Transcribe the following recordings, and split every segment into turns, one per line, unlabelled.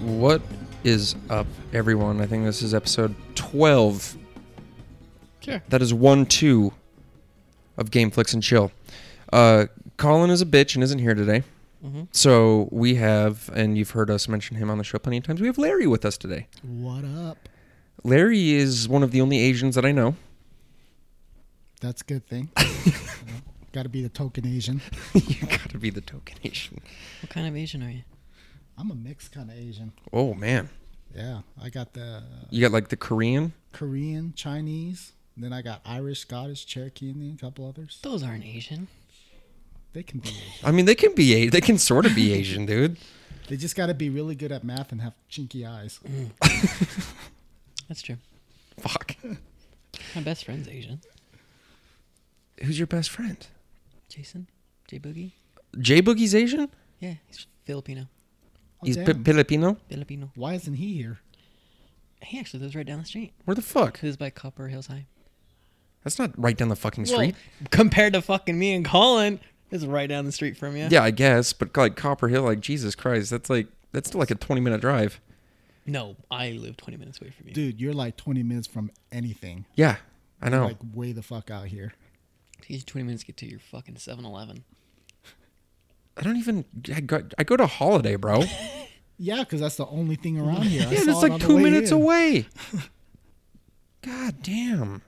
What is up, everyone? I think this is episode 12.
Yeah.
That is 1 2 of Game Flicks and Chill. Uh, Colin is a bitch and isn't here today. So we have, and you've heard us mention him on the show plenty of times, we have Larry with us today.
What up?
Larry is one of the only Asians that I know.
That's a good thing. Got to be the token Asian.
you gotta be the token Asian.
What kind of Asian are you?
I'm a mixed kind of Asian.
Oh, man.
Yeah, I got the
You got like the Korean?
Korean, Chinese. Then I got Irish, Scottish, Cherokee, and then a couple others.
Those aren't Asian.
They can be.
I mean, they can be, A- they can sort of be Asian, dude.
They just got to be really good at math and have chinky eyes.
That's true.
Fuck.
My best friend's Asian.
Who's your best friend?
Jason? J Boogie?
J Boogie's Asian?
Yeah, he's Filipino.
Oh,
He's Pi
damn.
Filipino?
Filipino.
Why isn't he here?
He actually lives right down the street.
Where the fuck?
Who's by Copper Hills High?
That's not right down the fucking street.
Well, compared to fucking me and Colin, it's right down the street from you.
yeah, I guess, but like Copper Hill, like Jesus Christ, that's like that's still like a twenty minute drive.
No, I live 20 minutes away from you.
Dude, you're like 20 minutes from anything.
Yeah, I
Oh.
know.
Like way the fuck out here.
Takes you 20 minutes to get to your fucking 7 Eleven.
I don't even. I go, I go to Holiday, bro. yeah,
Yeah, because that's the only thing around here. I saw
it's
it
like
on the
two
way
minutes
in.
away. God damn.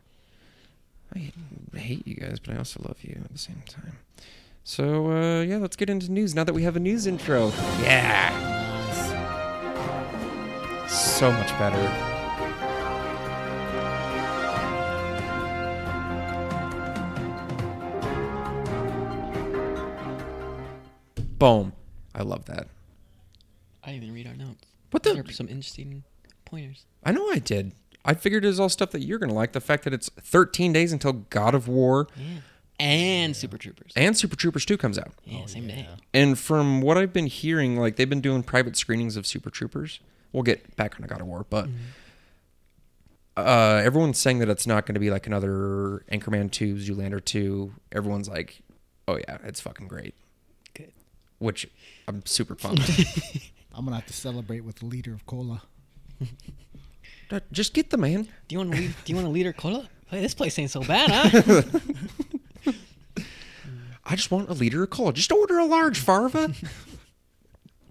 I hate you guys, but I also love you at the same time. So uh, yeah, let's get into news now that we have a news intro. Yeah,
Nice.
so much better. Boom. I love that.
I didn't even read our notes.
What
There
the?
are some interesting pointers.
I know I did. I figured it was all stuff that you're going to like. The fact that it's 13 days until God of War
And Super Troopers.
and Super Troopers 2 comes out.
yeah, same day.
yeah.
And from what I've been hearing, like they've been doing private screenings of Super Troopers. We'll get back on God of War, but uh, everyone's saying that it's not going to be like another Anchorman 2, Zoolander 2. Everyone's like, oh yeah, it's fucking great,
Good.
which I'm super pumped.
I'm going to have to celebrate with a liter of cola.
Dude, Just get the man.
Do you want to lead, do you want to lead her cola? Hey, this place ain't so bad, huh?
I just want a liter of cola. Just order a large Farva.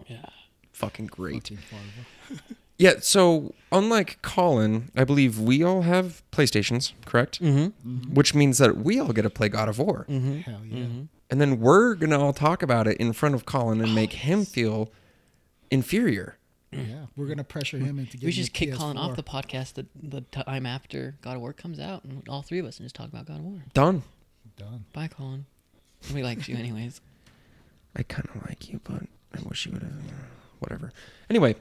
yeah.
fucking great.
Fucking Farva.
Yeah, so unlike Colin, I believe we all have PlayStations, correct? Mm-hmm. Which means that we all get to play God of War.
Mm-hmm.
Hell yeah.
And then we're going to all talk about it in front of Colin and make him feel inferior.
Yeah, we're gonna pressure him into getting.
We should just
the
kick
PS4.
Colin off the podcast the, the time after God of War comes out, and all three of us and just talk about God of War.
Done.
done.
Bye, Colin. Nobody likes you, anyways.
I kind of like you, but I wish you would have. Whatever. Anyway,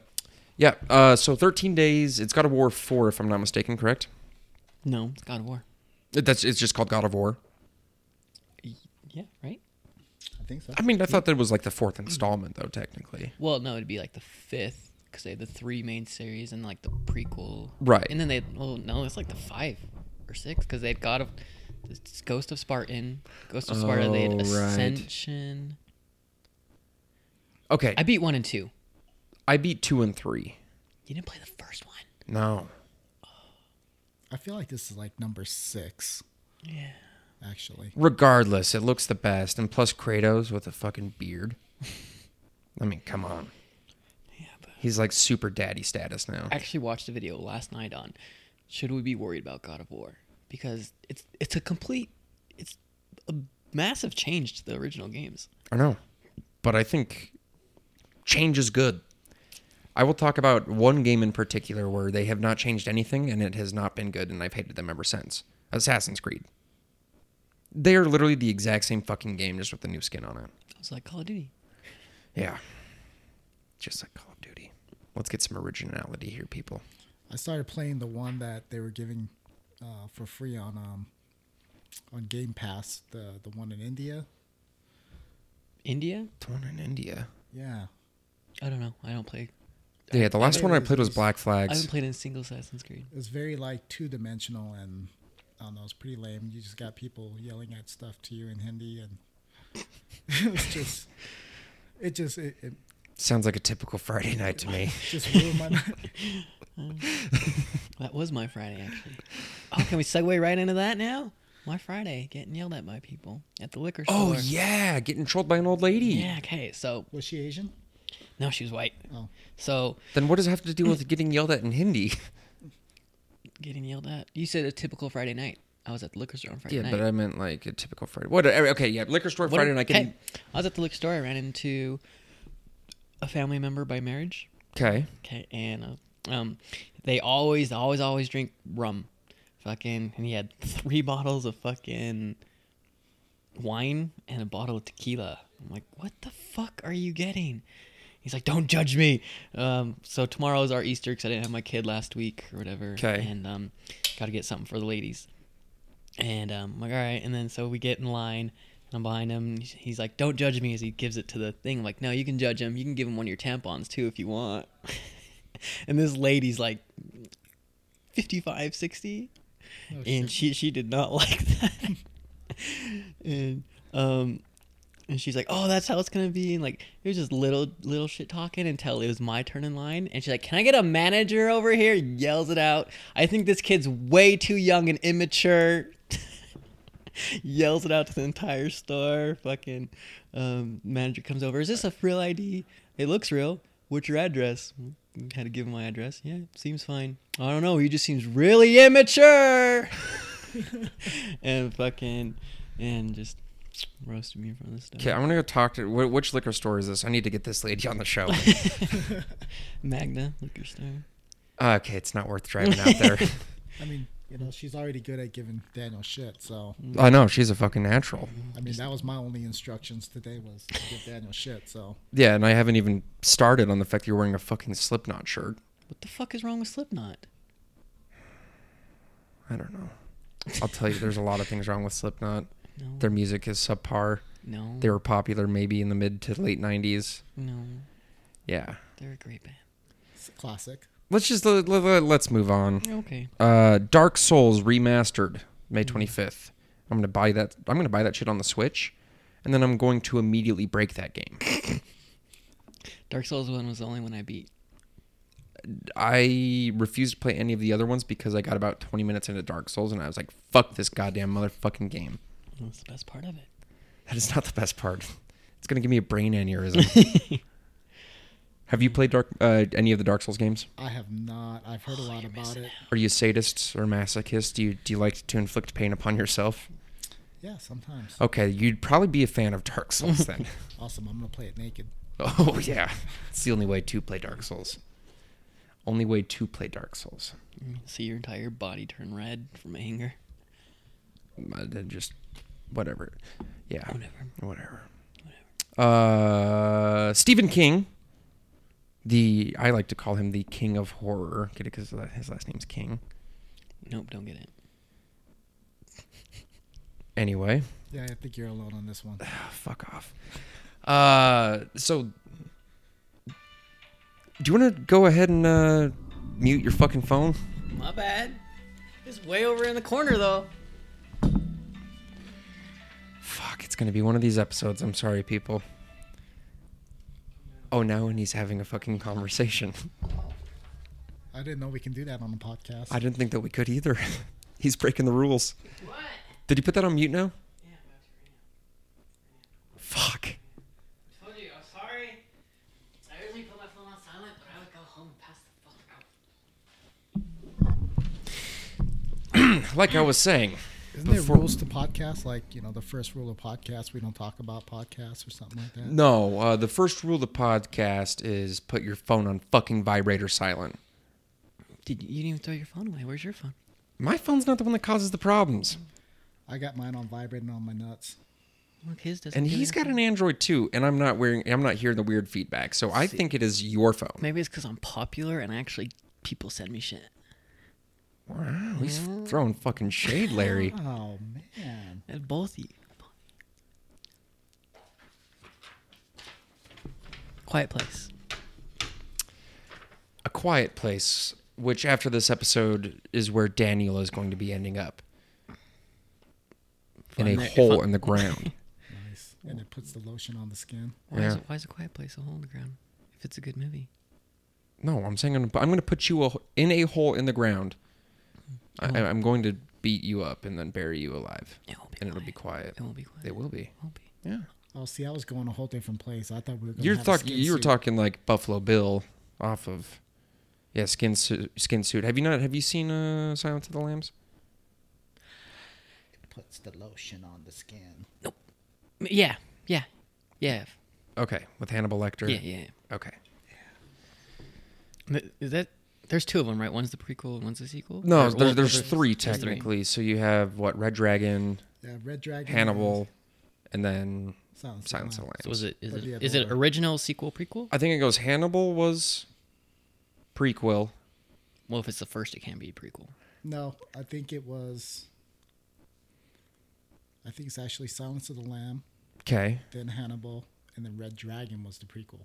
yeah, uh, so 13 days. It's God of War 4, if I'm not mistaken, correct?
No, it's God of War.
It- That's It's just called God of War.
Yeah, right.
I think so.
I mean, I thought that was like the fourth installment, though, technically.
Well, no, it'd be like the fifth because they had the three main series and like the prequel.
Right.
And then they well no, it's like the five or six because they had God of it's Ghost of Spartan, Ghost of Sparta. they
Oh,
had
right.
Ascension.
Okay,
I beat one and two.
I beat 2 and 3.
You didn't play the first one.
No.
I feel like this is like number six,
Yeah.
actually.
Regardless, it looks the best. And plus, Kratos with a fucking beard. I mean, come on.
Yeah, but
He's like super daddy status now.
I actually watched a video last night on should we be worried about God of War because it's it's a complete it's a massive change to the original games.
I know. But I think change is good. I will talk about one game in particular where they have not changed anything and it has not been good, and I've hated them ever since Assassin's Creed. They are literally the exact same fucking game, just with a new skin on it.
I was like Call of Duty.
Yeah. Just like Call of Duty. Let's get some originality here, people.
I started playing the one that they were giving uh, for free on um, on Game Pass, the the one in India.
India?
The one in India.
Yeah,
I don't know. I don't play.
Yeah, the last one I played was Black
I haven't
Flags.
played in single Assassin's Creed.
it was very like two dimensional, and I don't know, it's pretty lame. You just got people yelling at stuff to you in Hindi, and it was just, it just, it, it
Sounds like a typical Friday night to me.
Just ruined my night.
That was my Friday, actually. Oh, can we segue right into that now? My Friday, getting yelled at by people at the liquor store.
Oh yeah, getting trolled by an old lady.
Yeah, okay. So,
Was she Asian?
no, she was white.
Oh.
So,
Then what does it have to do with getting yelled at in Hindi?
getting yelled at. You said a typical Friday night. I was at the liquor store on Friday
Yeah,
night.
but I meant like a typical Friday. What? Okay, yeah, liquor store Friday night.
Hey,
Getting,
I was at the liquor store. I ran into a family member by marriage.
okay.
Okay, and uh, um, they always, always, always drink rum. Fucking, and he had three bottles of fucking wine and a bottle of tequila. I'm like, what the fuck are you getting? He's like, don't judge me. Um, so tomorrow's our Easter because I didn't have my kid last week or whatever.
'Kay.
And um, got to get something for the ladies. And um, I'm like, all right. And then so we get in line, and I'm behind him. He's- He's like, don't judge me as he gives it to the thing. I'm like, no, you can judge him. You can give him one of your tampons too if you want. and this lady's like 55, 60. and she, she did not like that. and, um, and she's like, "Oh, that's how it's gonna be." And like, it was just little little shit talking until it was my turn in line. And she's like, "Can I get a manager over here?" Yells it out. I think this kid's way too young and immature. Yells it out to the entire store. Fucking um, manager comes over. Is this a real ID? It looks real. What's your address? Had to give him my address. Yeah, seems fine. I don't know. He just seems really immature. and fucking and just roasted me in front of the store.
Okay, I'm gonna go talk to. Wh- which liquor store is this? I need to get this lady on the show.
Magna liquor store.
Uh, okay, it's not worth driving out there.
I mean, you know, she's already good at giving Daniel shit. So,
I know she's a fucking natural.
I mean, that was my only instructions today was to give Daniel shit. So,
Yeah, and I haven't even started on the fact that you're wearing a fucking Slipknot shirt.
What the fuck is wrong with Slipknot?
I don't know. I'll tell you, there's a lot of things wrong with Slipknot.
No.
Their music is subpar.
no.
They were popular maybe in the mid to late '90s.
no.
Yeah.
They're a great band.
it's a classic.
Let's just let, let, let's move on.
Okay.
Uh, Dark Souls remastered May 25th. I'm gonna buy that. I'm gonna buy that shit on the Switch, and then I'm going to immediately break that game.
Dark Souls one was the only one I beat.
I refused to play any of the other ones because I got about 20 minutes into Dark Souls and I was like, "Fuck this goddamn motherfucking game."
That's the best part of it.
That is not the best part. It's gonna give me a brain aneurysm. Have you played Dark uh, any of the Dark Souls games?
I have not. I've
Oh,
heard a lot
you're
about
missing
it.
Are you sadists or masochists? Do you do you like to inflict pain upon yourself?
Yeah, sometimes.
Okay, you'd probably be a fan of Dark Souls then.
Awesome. I'm gonna play it naked.
Oh yeah, it's the only way to play Dark Souls. Only way to play Dark Souls.
Mm-hmm. See your entire body turn red from anger.
Uh, then Just whatever. Yeah.
Whatever.
Whatever. Uh, Stephen King. The I like to call him the King of Horror. Get it? Because his last name's King.
Nope, don't get it.
Anyway.
Yeah, I think you're alone on this one.
Ah, fuck off. Uh, so, do you want to go ahead and uh, mute your fucking phone?
My bad. It's way over in the corner though.
Fuck, it's gonna be one of these episodes. I'm sorry, people. Oh, now and he's having a fucking conversation.
I didn't know we can do that on a podcast.
I didn't think that we could either. he's breaking the rules.
What?
Did you put that on mute now?
Yeah, I
Fuck.
told you, I'm sorry. I usually put my phone on silent, but I would go home and pass the fuck out.
Like I was saying,
Isn't there
Before-
rules to podcasts? Like, you know, the first rule of podcasts, we don't talk about podcasts or something like that.
no, uh, the first rule of the podcast is put your phone on fucking vibrator silent.
Did you, you didn't even throw your phone away? Where's your phone?
My phone's not the one that causes the problems.
I got mine on vibrating on my nuts.
Look, his doesn't.
And
do
he's
that.
got an Android too, and I'm not wearing I'm not hearing the weird feedback. So I think it is your phone.
Maybe it's because I'm popular and actually people send me shit.
Wow, he's throwing fucking shade, Larry.
Oh man.
And both of you. Quiet place.
A quiet place, which after this episode is where Daniel is going to be ending up. In a
Fun there-
hole
fun-
in the ground.
Nice. And it puts the lotion on the skin.
Why, is
Yeah.
it, why is a quiet place a hole in the ground? If it's a good movie,
No, I'm saying I'm, gonna- I'm going to put you a, in a hole in the ground.
Oh.
I, I'm going to beat you up and then bury you alive.
it won't be.
And it'll be quiet.
quiet. It won't be quiet.
It will be.
Won't be.
Yeah.
Oh, see, I was going a whole different place. I thought we were. Gonna
You're
have a
talking.
skin
You were
suit.
talking like Buffalo Bill off of, yeah, skin suit. Skin suit. Have you not? Have you seen uh, Silence of the Lambs?
Puts the lotion on the skin.
M- Yeah, yeah, yeah,
Okay, with Hannibal Lecter.
yeah, yeah.
Okay.
Th- Is that there's two of them, right? One's the prequel and one's the sequel.
No,
Or-
there's,
or-
there's three
there's three.
technically. So you have what Red Dragon,
Yeah, Red Dragon.
Hannibal, and then
Silence. of the
Silence of the
Lambs.
Lambs.
So is it is
Or the
it
other
is it
one.
original sequel prequel?
I think it goes Hannibal was prequel.
Well, if it's the first, it can be a prequel.
No, I think it was. I think it's actually Silence of the Lamb,
Okay,
then Hannibal, and then Red Dragon was the prequel.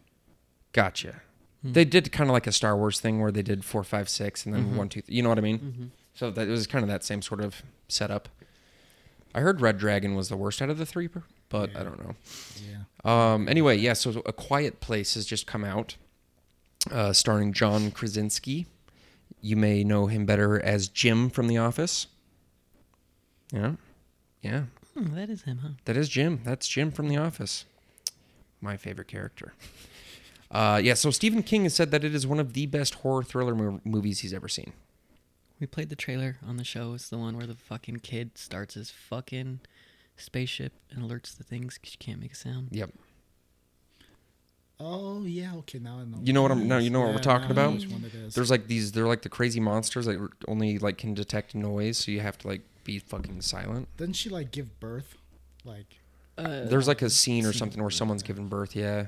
gotcha. They did kind of like a Star Wars thing where they did four, five, six, and then one, two. Th- you know what I mean? So that it was kind of that same sort of setup. I heard Red Dragon was the worst out of the three, but I
Yeah.
don't know.
Yeah.
Um, anyway, yeah, so A Quiet Place has just come out, uh, starring John Krasinski. You may know him better as Jim from The Office. Yeah. Yeah.
Hmm, that is him, huh?
That is Jim. That's Jim from The Office. My favorite character. Uh, yeah, so Stephen King has said that it is one of the best horror thriller mo- movies he's ever seen.
We played the trailer on the show. It's the one where the fucking kid starts his fucking spaceship and alerts the things because you can't make a sound.
Yep.
Oh yeah. Okay. Now I know.
You know what I'm- now
it
you know what
is.
we're talking
now I know
about?
Which one it is.
There's like these. They're like the crazy monsters that only like can detect noise, so you have to like be fucking silent.
Doesn't she like give birth? Like
Uh,
There's like a scene or something where someone's giving birth. Yeah,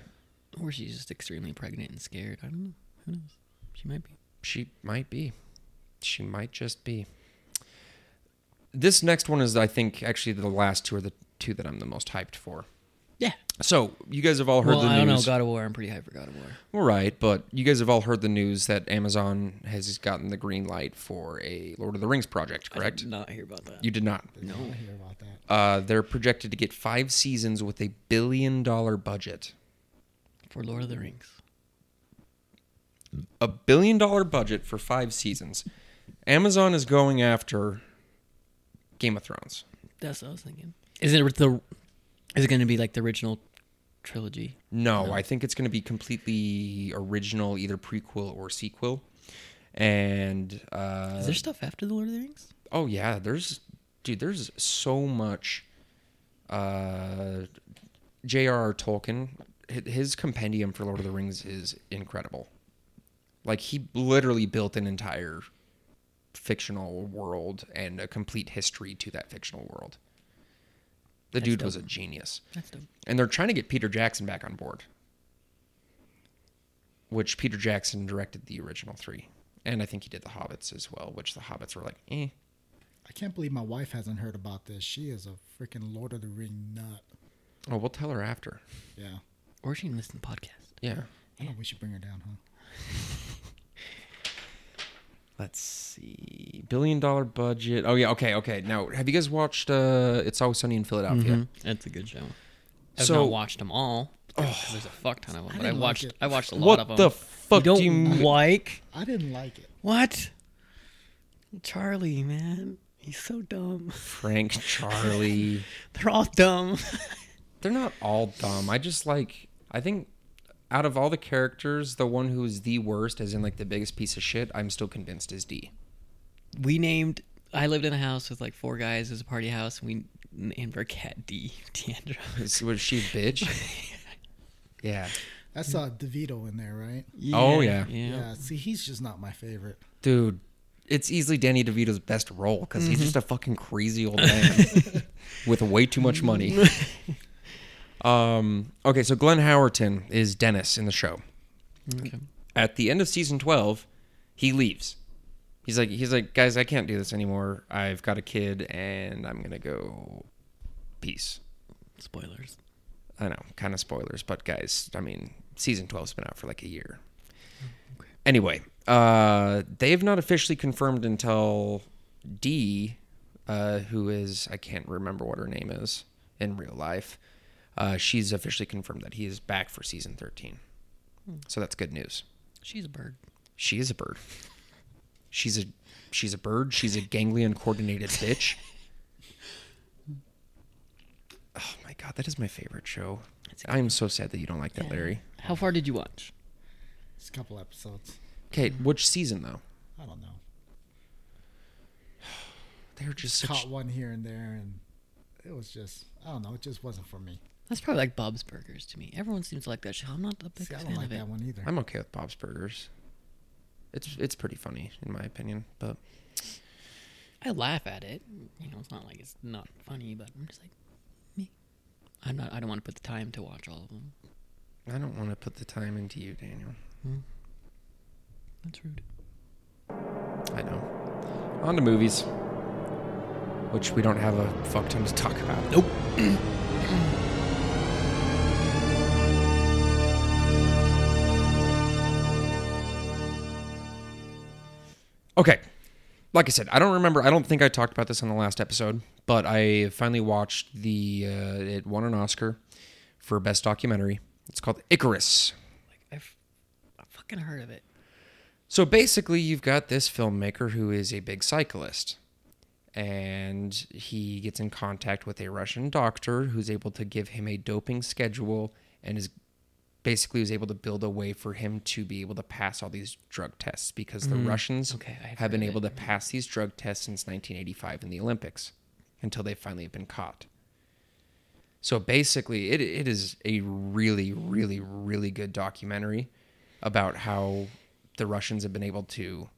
or she's just extremely pregnant and scared. I don't know. Who knows? She might be.
she might be. She might just be. This next one is, I think, actually the last two are the two that I'm the most hyped for.
Yeah.
So you guys have all heard
well,
the
I don't know.
news.
God of War. I'm pretty hyped for God of War.
All right, but you guys have all heard the news that Amazon has gotten the green light for a Lord of the Rings project,
I
correct?
did not hear about that.
You did not.
no. I hear about that.
Uh, they're projected to get five seasons with a billion dollar budget.
for Lord of the Rings.
A billion dollar budget for five seasons. Amazon is going after Game of Thrones.
That's what I was thinking. Is it with the? Is it going to be like the original trilogy?
No, I think it's going to be completely original, either prequel or sequel. And uh,
Is there stuff after the Lord of the Rings?
oh yeah, there's dude, there's so much. Uh, J.R.R. Tolkien, hi- his compendium for Lord of the Rings is incredible. Like he literally built an entire fictional world and a complete history to that fictional world. The dude was a genius
That's dope.
and they're trying to get Peter Jackson back on board, which Peter Jackson directed the original three, and I think he did the Hobbits as well, which the Hobbits were like, eh.
I can't believe my wife hasn't heard about this. She is a freaking Lord of the Ring nut.
Oh, we'll tell her after.
Yeah.
Or she can listen to the podcast.
Yeah.
I don't know, we should bring her down, huh?
Let's see. Billion dollar budget. Oh yeah. Okay. Okay. Now, have you guys watched uh, It's Always Sunny in Philadelphia?
That's a good show. I've
So- Oh.
not watched them all. because There's a fuck ton of them,
I
but I
didn't like
watched.
it.
I watched a lot of
What
them.
the fuck do you
don't
mean?
like?
I didn't like it.
What? Charlie, man, he's so dumb.
Frank Charlie?
They're all dumb.
They're not all dumb. I just like I think out of all the characters, the one who is the worst, as in like the biggest piece of shit, I'm still convinced is D.
we named. I lived in a house with like four guys. It was a party house. And we named our cat D. Deandra.
Is- Was she a bitch? yeah.
That's uh, DeVito in there, right?
Oh, yeah.
Yeah.
Yeah. See, he's just not my favorite.
Dude, it's easily Danny DeVito's best role because he's just a fucking crazy old man with way too much money. um, okay, so Glenn Howerton is Dennis in the show.
Okay.
At the end of season 12, he leaves. He's like, he's like, guys, I can't do this anymore. I've got a kid and I'm going to go. Peace.
Spoilers.
I know, kind of spoilers, but guys, I mean, season 12's been out for like a year.
okay.
Anyway, uh, they have not officially confirmed until D, uh, who is, I can't remember what her name is in real life, uh, she's officially confirmed that he is back for season 13. So that's good news.
She's a bird.
She is a bird. She's a she's a bird. She's a ganglion coordinated bitch. Oh my god, that is my favorite show. I am so sad that you don't like that,
Yeah.
Larry.
How far did you watch?
It's a couple episodes.
Okay, which season though?
I don't know.
They're just such
Caught one here and there, and it was just I don't know. It just wasn't for me.
That's probably like Bob's Burgers to me. Everyone seems to like that show. I'm not the biggest
See, I
fan
don't like
of it.
that one either.
I'm okay with Bob's Burgers. It's it's pretty funny in my opinion, but
I laugh at it. You know, it's not like it's not funny, but I'm just like me. I'm not. I don't want to put the time to watch all of them.
I don't want to put the time into you, Daniel.
That's rude.
I know. On to movies, which we don't have a fuck ton to talk about. Nope. okay. Like I said, I don't remember. I don't think I talked about this on the last episode, but I finally watched the. Uh, it won an Oscar for best documentary. It's called Icarus.
Like I've, I've fucking heard of it.
So basically, you've got this filmmaker who is a big cyclist, and he gets in contact with a Russian doctor who's able to give him a doping schedule and is basically was able to build a way for him to be able to pass all these drug tests because the Russians
Okay, I've
have been
heard of
able to pass these drug tests since 1985 in the Olympics until they finally have been caught. So basically, it, it is a really, really, really good documentary about how the Russians have been able to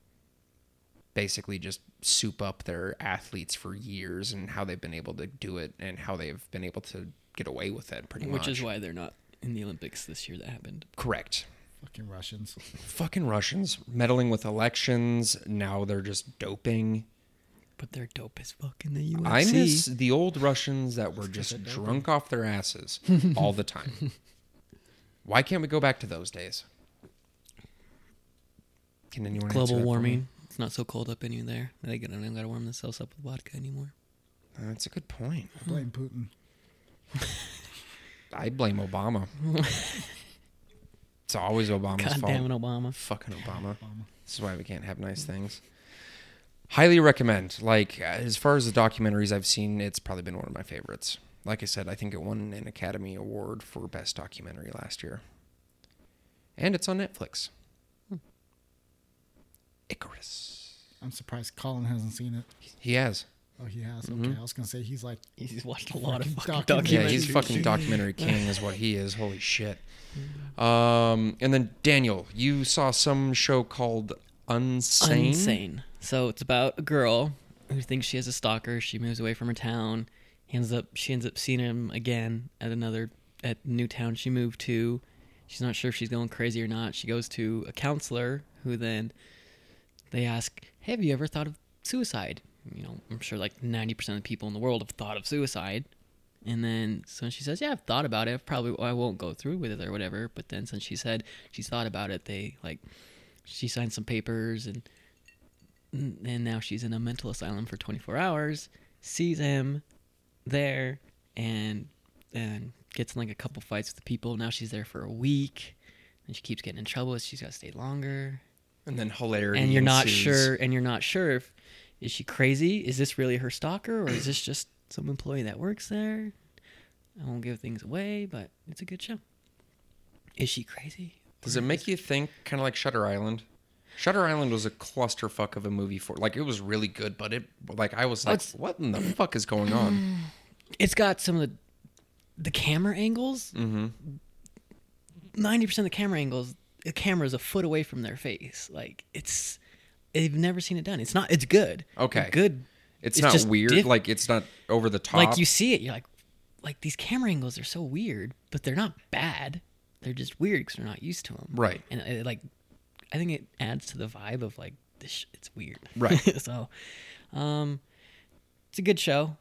basically just soup up their athletes for years and how they've been able to do it and how they've been able to get away with it pretty much.
Which is why they're not in the Olympics this year. That happened.
Correct.
Fucking Russians.
Fucking Russians meddling with elections. Now they're just doping.
But they're dope as fuck in the UFC.
I miss the old Russians that were
they're
just
doping.
drunk off their asses all the time. Why can't we go back to those days? Can anyone answer
global
that for me?
warming. It's not so cold up anywhere. there. They don't even gotta warm themselves up with vodka anymore.
Uh, That's a good point.
I blame Putin.
I blame Obama. it's always Obama's
God
fault.
damn it, Obama.
Fucking Obama.
Obama.
This is why we can't have nice things. Highly recommend. Like uh, as far as the documentaries I've seen, it's probably been one of my favorites. Like I said, I think it won an Academy Award for best documentary last year. And it's on Netflix.
Hmm.
Icarus.
I'm surprised Colin hasn't seen it.
He has.
Oh, he has.
Mm-hmm.
Okay, I was gonna say he's like
He's watched a lot of
Fucking
fucking
documentary.
Yeah, he's
documentaries.
fucking documentary king is what he is. Holy shit.
Hmm.
Um, and then Daniel, you saw some show called Unsane.
insane. So it's about a girl who thinks she has a stalker. She moves away from her town. Ends up she ends up seeing him again at another at new town she moved to. She's not sure if she's going crazy or not. She goes to a counselor who then they ask, "Have you ever thought of suicide?" You know, I'm sure like 90% of the people in the world have thought of suicide. And then so she says, "Yeah, I've thought about it. I've probably I won't go through with it or whatever." But then since she said she's thought about it, they like she signed some papers and and now she's in a mental asylum for 24 hours sees him there and and gets in like a couple fights with people now she's there for a week and she keeps getting in trouble so she's got to stay longer
And then hilarity.
and you're not
ensues.
sure and you're not sure if is she crazy is this really her stalker or is this just some employee that works there i won't give things away but it's a good show is she crazy
Does it make you think, kind of like Shutter Island? Shutter Island was a clusterfuck of a movie for like it was really good, but it like I was like,
What's-
what in the fuck is going
Mm.
on?
it's got some of the the camera angles.
Mm-hmm.
Ninety percent of the camera angles, the camera's a foot away from their face. Like it's, they've never seen it done. It's not. It's good.
Okay.
Good.
It's,
It's
not
just
weird,
diff-
like it's not over the top.
Like you see it, you're like, like these camera angles are so weird, but they're not bad. They're just weird because we're not used to them.
Right.
And it, like, I think it adds to the vibe of like this. Sh- it's weird.
Right.
so, um, it's a good show.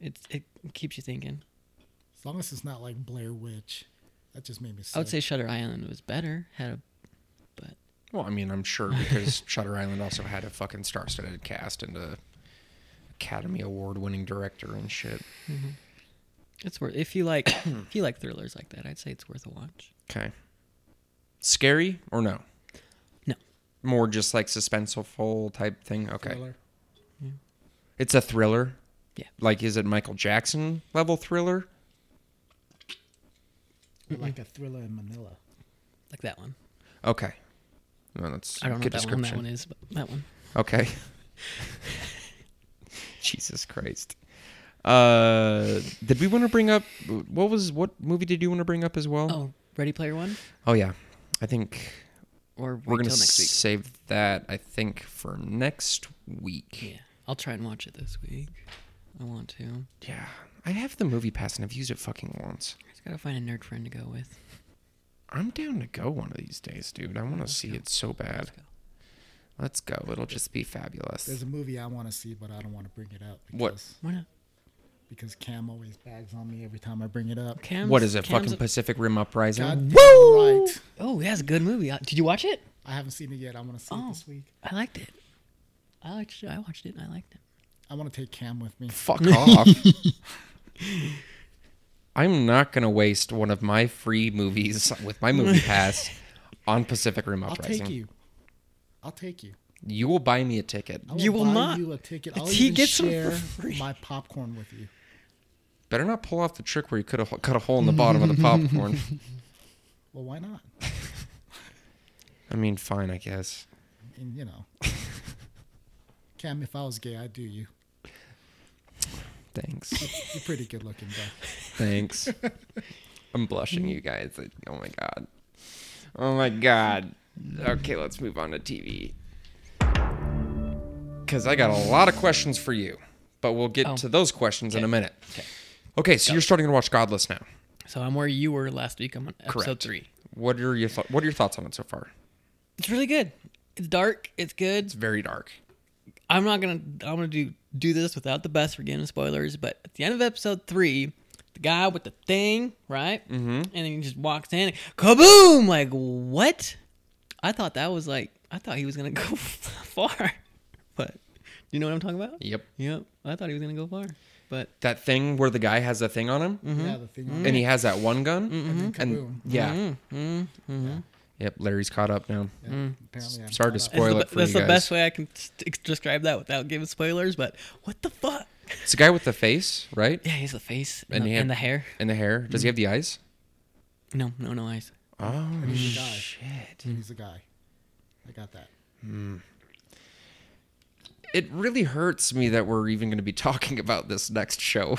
It's it keeps you thinking.
as long as it's not like Blair Witch. That just made me sick.
I would say Shutter Island was better. Had a, but
well, I mean, I'm sure because Shutter Island also had a fucking star-studded cast and a Academy Award-winning director and shit.
it's worth. If you like, if you like thrillers like that, I'd say it's worth a watch.
Okay. Scary or no?
No.
More just like suspenseful type thing. Okay.
Thriller.
It's a thriller.
Yeah.
Like, is it Michael Jackson level thriller?
Or
Mm-hmm.
Like a thriller in Manila.
like that one.
Okay. No, that's
I don't know
good
what that one, that
description.
one is, but that one.
Okay. Jesus Christ. Uh, did we want to bring up what was what movie did you want to bring up as well?
Oh, Ready Player One,
Oh, yeah, I think
or
we're
wait
gonna
till next week.
save that. I think for next week.
Yeah, I'll try and watch it this week. I want to.
Yeah. I have the movie pass and I've used it fucking once.
I just gotta find a nerd friend to go with.
I'm down to go one of these days, dude. I want to see it so bad.
Let's go.
Let's go. It'll just be fabulous.
There's a movie I want to see, but I don't want to bring it up. Because,
What?
Why not?
Because Cam always bags on me every time I bring it up.
Cam's,
what is it?
Cam's
Fucking
a-
Pacific Rim Uprising.
God damn
Woo!
right.
Oh, yeah, it's a good movie. I- Did you watch it?
I haven't seen it yet. I want to see it
Oh.
this week.
I liked it. I liked it. I watched it and I liked it.
I want to take Cam with me.
Fuck off. I'm not gonna waste one of my free movies with my movie pass on Pacific Rim
I'll
Uprising.
take you. I'll take you.
You will buy me a ticket.
I
You will
buy
not.
You a ticket. I'll
He
even
gets them for
share
free.
my popcorn with you.
Better not pull off the trick where you could have cut a hole in the bottom of the popcorn.
Well, why not?
I mean, fine, I guess.
And you know, Cam, if I was gay, I'd do you.
Thanks.
You're pretty good looking, bro.
Thanks. I'm blushing, you guys. I- Oh my god. Oh my god. Okay, let's move on to TV. Because I got a lot of questions for you, but we'll get
Oh.
to those questions in a
Okay.
minute. Okay. Okay, so you're starting to watch Godless now.
So I'm where you were last week. I'm on episode
Correct.
three.
What are your th- What are your thoughts on it so far?
It's really good. It's dark. It's good.
It's very dark.
I'm not gonna. I'm gonna do do this without the best. We're getting spoilers, but at the end of episode three, the guy with the thing, right? Mm-hmm. And then he just walks in, and kaboom! Like what? I thought that was like. I thought he was gonna go far, but you know what I'm talking about?
Yep.
Yep. I thought he was gonna go far, but
That thing where the guy has a thing on him,
Mm-hmm.
Yeah, the thing. on
and he has that one gun,
And then
and
kaboom.
yeah.
mm,
Yep, Larry's caught up now.
Yeah,
Mm-hmm.
Apparently, I'm
Sorry to
caught up.
spoil
That's the
it for
be- that's
you
the
guys.
best way I can s- ex- describe that without giving spoilers. But what the fuck?
It's a guy with the face, right?
Yeah, he's the face and,
And
the,
he had-
and the hair.
And the hair. Does he have the eyes?
No, no, no eyes.
Mm-hmm. Oh
he's a guy.
shit!
He's a guy. I got that.
It really hurts me that we're even going to be talking about this next show.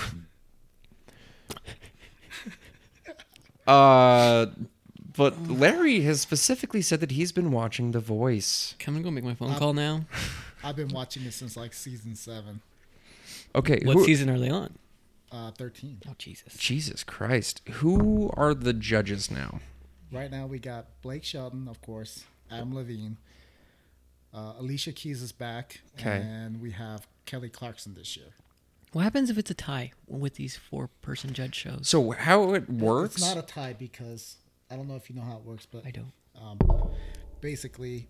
uh, but Larry has specifically said that he's been watching The Voice.
Come and go make my phone
Um,
call now.
I've been watching it since like season seven,
Okay,
What
who-
season are they on?
uh, thirteen.
Oh Jesus.
Jesus Christ, who are the judges now?
Right now, we got Blake Shelton, of course, Adam Levine, uh, Alicia Keys is back,
Okay.
and we have Kelly Clarkson this year.
What happens if it's a tie with these four person judge shows?
So how it
It's
works?
not a tie because I don't know if you know how it works, but
I don't.
um, basically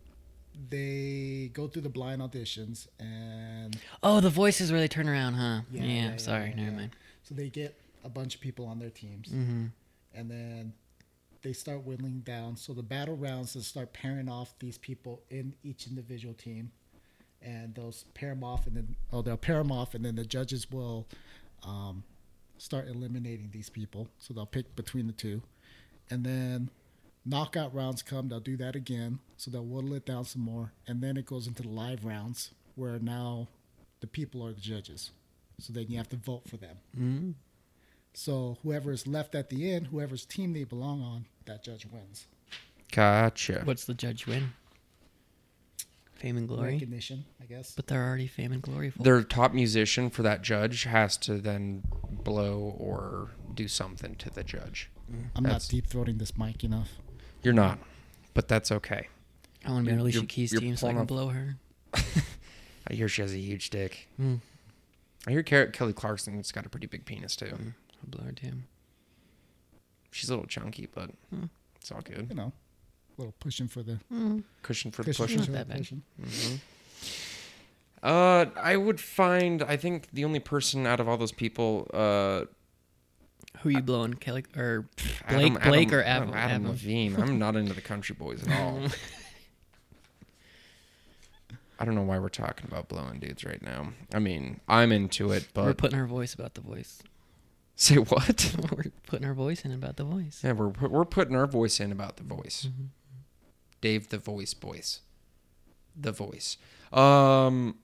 they go through the blind auditions and
Oh, the voices where they turn around, huh?
Yeah,
Yeah,
yeah, yeah,
sorry,
yeah,
never
yeah.
mind.
so they get a bunch of people on their teams
Mm-hmm.
and then they start whittling down so the battle rounds they start pairing off these people in each individual team and they'll s- pair them off and then oh they'll pair them off and then the judges will um, start eliminating these people so they'll pick between the two and then knockout rounds come they'll do that again so they'll whittle it down some more and then it goes into the live rounds where now the people are the judges so then you have to vote for them so whoever is left at the end, whoever's team they belong on, that judge wins.
Gotcha.
What's the judge win? Fame and glory.
Recognition, I guess.
But they're already fame and glory for.
Their top musician for that judge has to then blow or do something to the judge.
I'm
that's-
not deep throating this mic enough.
You're not, but that's okay.
I want to be on
You're-
Alicia
you're-
Keys'
you're
team so I
pulling
can
up-
blow her.
I hear she has a huge dick.
Mm.
I hear Ke- Kelly Clarkson's got a pretty big penis too.
I'll blow her too.
She's a little chunky, but
Mm.
it's all
You
good.
know, a little pushing for the
Mm.
Cushion for the pushing.
pushing,
Mm-hmm.
for
Not that
the
bad.
pushing.
Uh, I would find. I think the only person out of all those people, uh,
Who you blowing, Kelly or Blake- Blake or Adam-
Adam
Adam.
Levine. I'm not into the country boys at all. I don't know why we're talking about blowing dudes right now. I mean, I'm into it,
We're
but
putting our voice about the voice.
say what?
We're putting our voice in about the voice.
Yeah, we're pu- we're putting our voice in about the voice. Dave, the voice, voice, the voice. Um,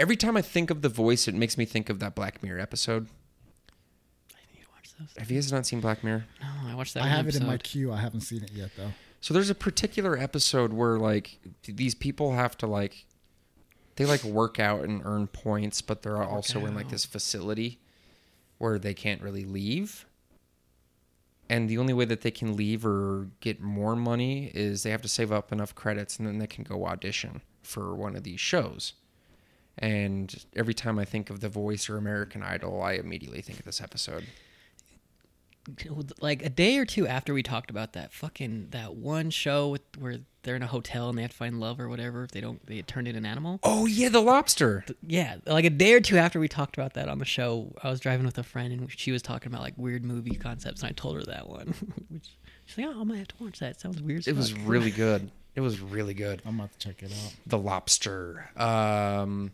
every time I think of the voice, it makes me think of that Black Mirror episode.
I need to watch those.
Have you guys not seen Black Mirror?
No, I watched that.
I
one
have it in my
episode.
queue. I haven't seen it yet though.
So there's a particular episode where like th- these people have to like they like work out and earn points, but they're also in like
out.
this facility where they can't really leave. And the only way that they can leave or get more money is they have to save up enough credits and then they can go audition for one of these shows. And every time I think of The Voice or American Idol, I immediately think of this episode.
like a day or two after we talked about that fucking that one show with where they're in a hotel and they have to find love or whatever if they don't they get turned into an animal.
Oh yeah, the lobster.
Yeah, like a day or two after we talked about that on the show, I was driving with a friend and she was talking about like weird movie concepts, and I told her that one. Which she's like, "Oh, I'm gonna have to watch that. It sounds weird." as
It was
fuck."
really good. It was really good.
I'm about to check it out.
the lobster um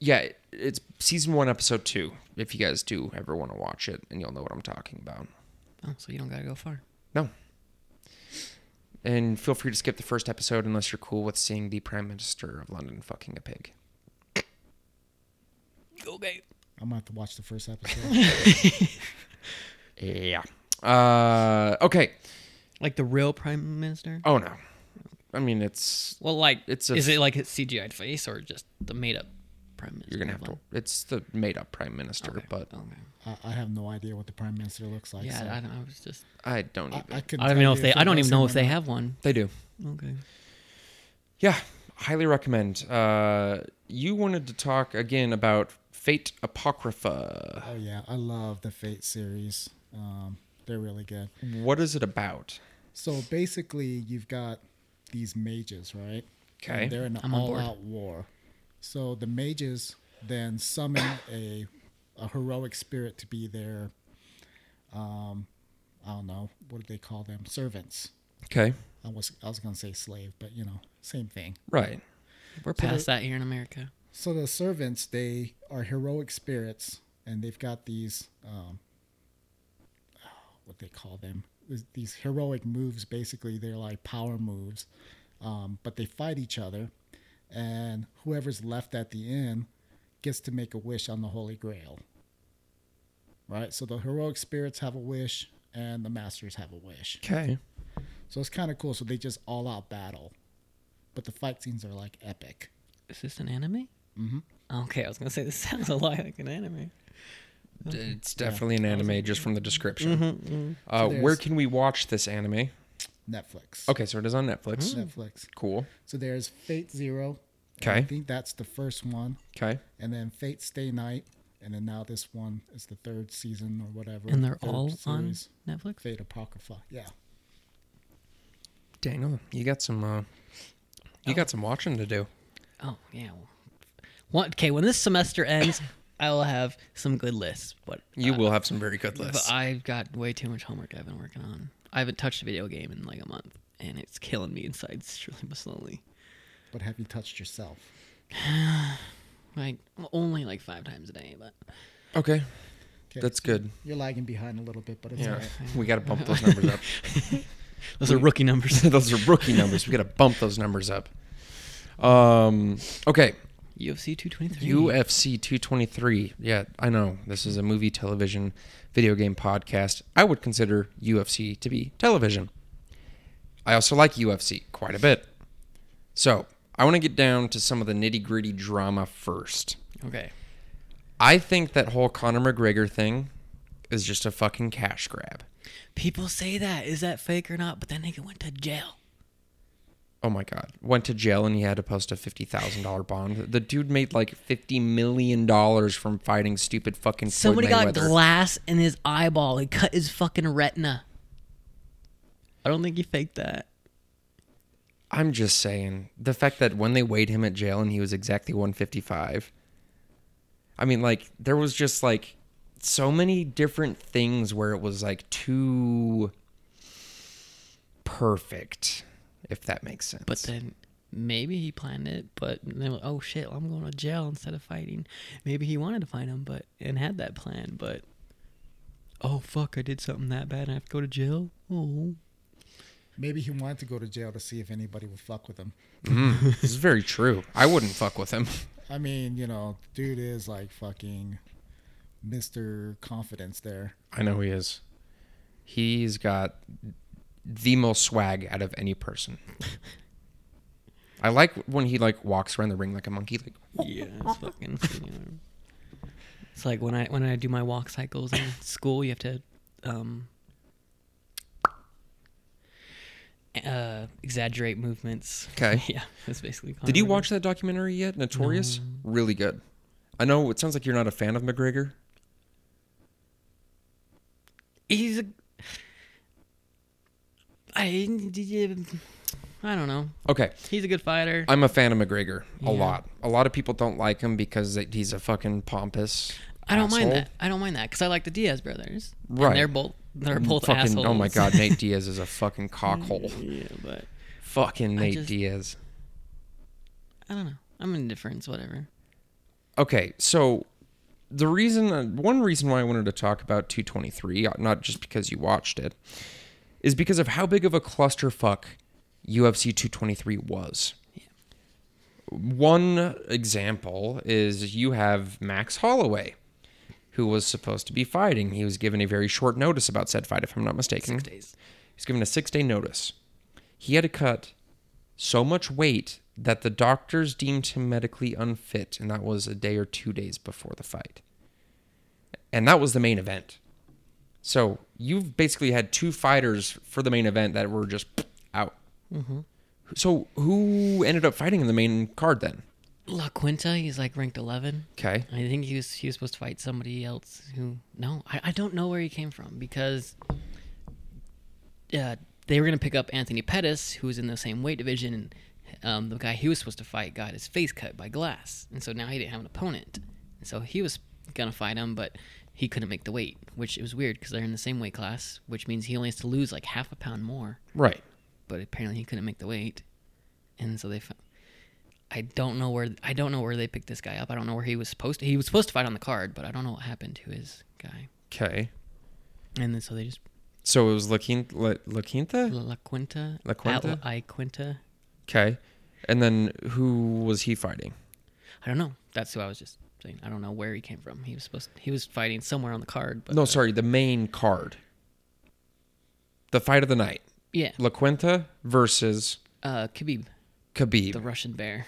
yeah it's season one episode two if you guys do ever want to watch it and you'll know what i'm talking about
Oh, so you don't gotta go far.
no and feel free to skip the first episode unless you're cool with seeing the prime minister of london fucking a pig
Okay.
I'm gonna have to watch the first episode.
yeah uh okay
Like the real prime minister.
oh no i mean it's
Well, like
It's
it's
a-
is it like his CGI'd face or just the made up prime minister?
you're gonna have to it's the made-up prime minister
Okay. Oh.
but
Okay.
I, I have no idea what the prime minister looks like.
Yeah,
so
I, don't- I was just.
i don't
I,
even
I couldn't
I don't
tell
even know
you
if they. I
it
don't
was
even know
him
if
or
they
not.
have one.
they do
Okay.
Yeah, highly recommend. Uh, you wanted to talk again about Fate Apocrypha.
Oh yeah, I love the Fate series. Um, they're really good.
What is it about?
So basically, you've got these mages, right?
Okay.
And they're in an
I'm on board.
all-out war. So the mages then summon a a heroic spirit to be their, um, I don't know what do they call them? Servants.
Okay,
I was I was gonna say slave, but you know, same thing.
right.
We're past that here in America.
So the servants, they are heroic spirits, and they've got these, um, what they call them, These- these heroic moves. Basically, they're like power moves, um, but they fight each other, and whoever's left at the end gets to make a wish on the Holy Grail. Right. So the heroic spirits have a wish, and the masters have a wish.
Okay,
So it's kind of cool. So they just all out battle, but the fight scenes are like epic.
Is this an anime? Mm-hmm. Okay, I was gonna say this sounds a lot like an anime.
it's definitely an anime just from the description. Uh,
So
where
there's-
can we watch this anime?
Netflix.
Okay, so it is on Netflix.
Netflix.
Cool.
So there's Fate Zero. and I
Okay.
think that's the first one.
Okay.
And then Fate Stay Night. And then now this one is the third season or whatever.
And they're
third
all on
series.
Netflix.
Fate Apocrypha. Yeah.
Daniel, you got some. Uh, you got some watching to do.
Oh yeah. Well, One- okay, when this semester ends, I will have some good lists. But
You
uh,
will have some very good
But
lists.
I've got way too much homework I've been working on. I haven't touched a video game in like a month, and it's killing me inside surely but slowly.
But have you touched yourself?
Like only like five times a day, but
okay,
Okay.
that's good.
You're lagging behind a little bit, but it's
Yeah,
all right.
we got to bump those numbers up.
those are rookie numbers.
those are rookie numbers. We got to bump those numbers up. Um, okay.
UFC 223.
UFC 223. Yeah, I know. This is a movie, television, video game podcast. I would consider UFC to be television. I also like UFC quite a bit. So, I want to get down to some of the nitty gritty drama first.
okay.
I think that whole Conor McGregor thing is just a fucking cash grab.
People say that is that fake or not? But that nigga went to jail.
oh my god went to jail and he had to post a $50000 bond the dude made like $50 million from fighting stupid fucking Floyd
Somebody got
Mayweather.
glass in his eyeball. He cut his fucking retina. I don't think he faked that.
i'm just saying the fact that when they weighed him at jail and he was exactly 155 i mean like there was just like so many different things where it was like too perfect, if that makes sense.
But then maybe he planned it, but then oh shit, I'm going to jail instead of fighting. Maybe he wanted to fight him, but and had that plan, but oh fuck, I did something that bad, and I have to go to jail. Oh,
Maybe he wanted to go to jail to see if anybody would fuck with him.
this is very true. I wouldn't fuck with him.
I mean, you know, dude is like fucking Mr. Confidence there.
I know he is. He's got the most swag out of any person. I like when he like walks around the ring like a monkey. Like
yeah, it's fucking. you know. It's like when I when I do my walk cycles in school, you have to um, uh, exaggerate movements.
Okay.
yeah, that's basically.
Did you
Conor McGregor.
watch that documentary yet? Notorious? Really good. I know it sounds like you're not a fan of McGregor.
He's a. I I don't know.
Okay.
He's a good fighter.
I'm a fan of McGregor a
Yeah.
lot. A lot of people don't like him because that he's a fucking pompous.
I don't mind
asshole.
that. I don't mind that because I like the Diaz brothers. And
Right.
they're both they're both
fucking,
assholes.
Oh my god, Nate Diaz is a fucking cockhole.
yeah, but
fucking
I
Nate
just-
Diaz.
I don't know. I'm indifferent. it's Whatever.
Okay, so the reason, one reason why I wanted to talk about 223, not just because you watched it, is because of how big of a clusterfuck UFC 223 was. One example is you have Max Holloway, who was supposed to be fighting. He was given a very short notice about said fight, if I'm not mistaken.
Six days.
He's given a six day notice. He had to cut so much weight that the doctors deemed him medically unfit, and that was a day or two days before the fight. And that was the main event. So you've basically had two fighters for the main event that were just out. So who ended up fighting in the main card then?
La Quinta, he's like ranked 11.
Okay.
I think he was he was supposed to fight somebody else who no, I, I don't know where he came from because uh, they were gonna pick up Anthony Pettis, who was in the same weight division, and um, the guy he was supposed to fight got his face cut by glass, and so now he didn't have an opponent, and so he was gonna fight him, but he couldn't make the weight, which it was weird because they're in the same weight class, which means he only has to lose like half a pound more
Right.
but apparently he couldn't make the weight, and so they. Found, I don't know where I don't know where they picked this guy up. I don't know where he was supposed to. He was supposed to fight on the card, but I don't know what happened to his guy.
Okay.
And then so they just
So it was La Quinta. La, La Quinta?
La Quinta,
La Quinta?
Atla- I Quinta.
Okay. And then who was he fighting?
I don't know. That's who I was just saying. I don't know where he came from. He was supposed he was fighting somewhere on the card, but
No, sorry, the main card. The fight of the night.
yeah,
La Quinta versus
uh, Khabib,
Khabib.
the Russian bear,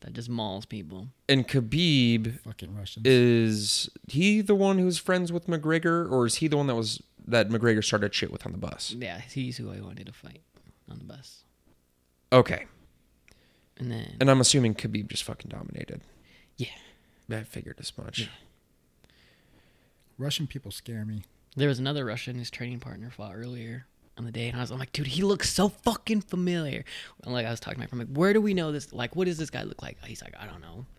that just mauls people.
and Khabib
Fucking Russians.
is he the one who's friends with McGregor or is he the one that was that McGregor started shit with on the bus?
Yeah, he's who I wanted to fight on the bus,
Okay.
and then
And I'm assuming Khabib just fucking dominated.
yeah,
I figured as much.
Russian people scare me.
There was another Russian his training partner fought earlier on the day, and I was I'm like, dude, he looks so fucking familiar. And like I was talking to my friend, like, where do we know this? Like, what does this guy look like? He's like, I don't know.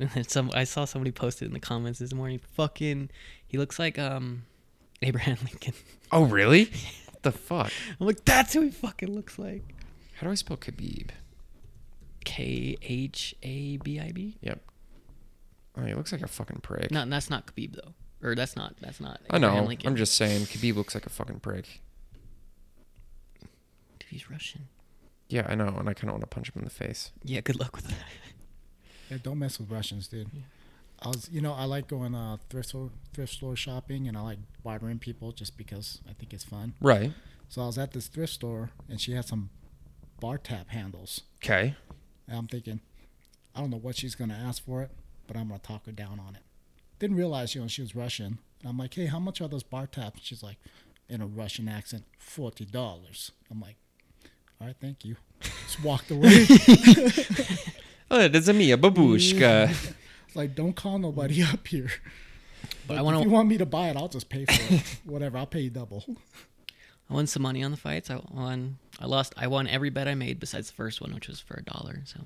And then some, I saw somebody posted in the comments this morning. Fucking, he looks like um, Abraham Lincoln.
Oh really? what the fuck?
I'm like, that's who he fucking looks like.
How do I spell Khabib?
K H A B I B.
Yep. Oh, he looks like a fucking prick.
No, that's not Khabib though, or that's not that's not.
I
Abraham
know.
Lincoln.
I'm just saying Khabib looks like a fucking prick.
Dude, he's Russian.
Yeah, I know, and I kinda wanna punch him in the face.
Yeah, good luck with that.
Yeah, don't mess with Russians, dude. I was, you know, I like going uh, thrift store, thrift store shopping, and I like bartering people just because I think it's fun.
Right.
So I was at this thrift store, and she had some bar tab handles,
Okay.
and I'm thinking, I don't know what she's gonna ask for it, but I'm gonna talk her down on it. Didn't realize, you know, she was Russian, and I'm like, hey, how much are those bar tabs? She's like, in a Russian accent, forty dollars. I'm like, all right, thank you. Just walked away.
Oh, it is a Mia babushka.
It's like, don't call nobody up here.
But
Like,
I wanna-
If you want me to buy it, I'll just pay for it. Whatever, I'll pay you double.
I won some money on the fights. I won. I lost. I won every bet I made besides the first one, which was for a dollar. So,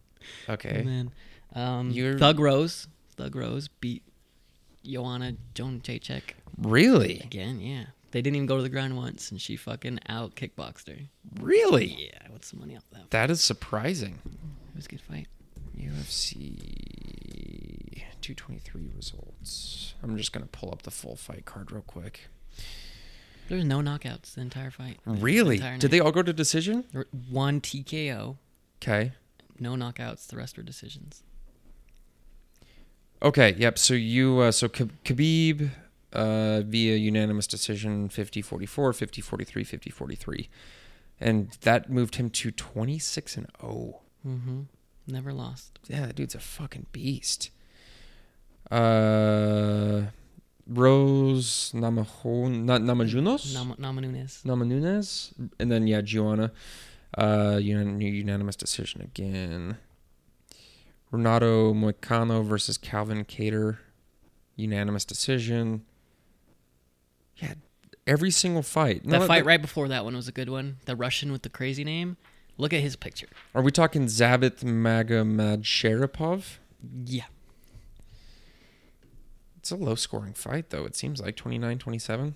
okay.
and then um,
You're-
Thug Rose, Thug Rose beat Joanna Joan Jacek
Really?
again. Yeah, they didn't even go to the ground once, and she fucking out kickboxed her.
Really?
Yeah, I want some money off that.
That is surprising.
It was a good fight.
UFC 223 results. I'm just going to pull up the full fight card real quick.
There was no knockouts the entire fight.
Really?
entire
Did they all go to decision?
There were- One TKO,
Okay.
no knockouts. The rest were decisions.
Okay, yep. So you uh, so K- Khabib uh, via unanimous decision 50-44, 50-43, 50-43. And that moved him to 26 and oh. 0.
Mm-hmm. Never lost.
Yeah, that dude's a fucking beast. Uh Rose Namajo Na- Namajunas?
Nama, Nama Nunes.
Nama Nunes, and then yeah, Joanna, uh, un- unanimous decision again. Renato Moicano versus Calvin Cater, unanimous decision. Yeah, every single fight. No,
that fight right before that one was a good one. The Russian with the crazy name. Look at his picture.
Are we talking Zabit Magomad Sharapov?
Yeah.
It's a low scoring fight though. It seems like 29, 27.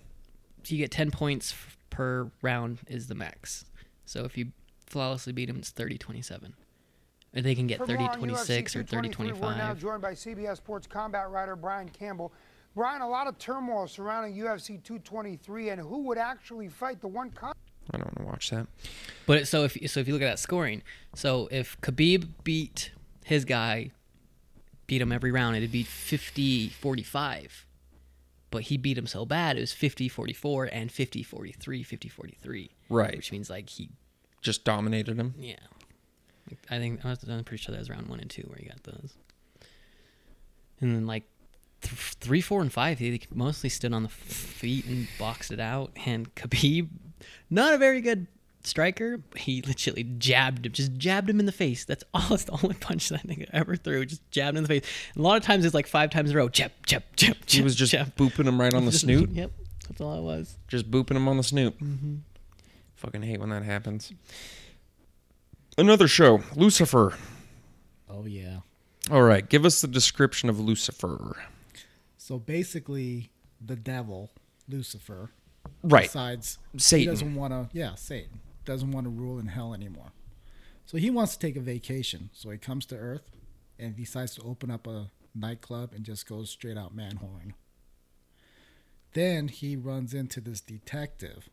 So you get 10 points f- per round is the max. So if you flawlessly beat him, it's 30 27. Or they can get
For
30
more on
26
UFC
or 30
223, We're now
25.
joined by CBS Sports combat writer Brian Campbell. Brian, a lot of turmoil surrounding UFC 223 and who would actually fight the one. Con-
I don't want to watch that.
But it, so if so if you look at that scoring, so if Khabib beat his guy, beat him every round, it'd be 50 45. But he beat him so bad, it was 50 44 and 50 43, 50 43.
Right.
Which means like he
Just dominated him.
Yeah. Like, I think I was, I'm pretty sure that was round one and two where he got those. And then like th- three, four, and five, he mostly stood on the f- feet and boxed it out. And Khabib, not a very good striker, but he literally jabbed him, just jabbed him in the face. That's all. That's the only punch that nigga ever threw, just jabbed him in the face. And a lot of times it's like five times in a row, jab, jab, jab, jab.
He was just
jab.
booping him right on the
Just-
snoot.
Yep, that's all it was.
just booping him on the snoop. Fucking hate when that happens. Another show, Lucifer.
Oh yeah.
All right, give us the description of Lucifer.
So basically, the devil, Lucifer,
Right.
decides he
Satan.
doesn't want to. Yeah, Satan doesn't want to rule in hell anymore. So he wants to take a vacation. So he comes to Earth and decides to open up a nightclub and just goes straight out man whoring. Then he runs into this detective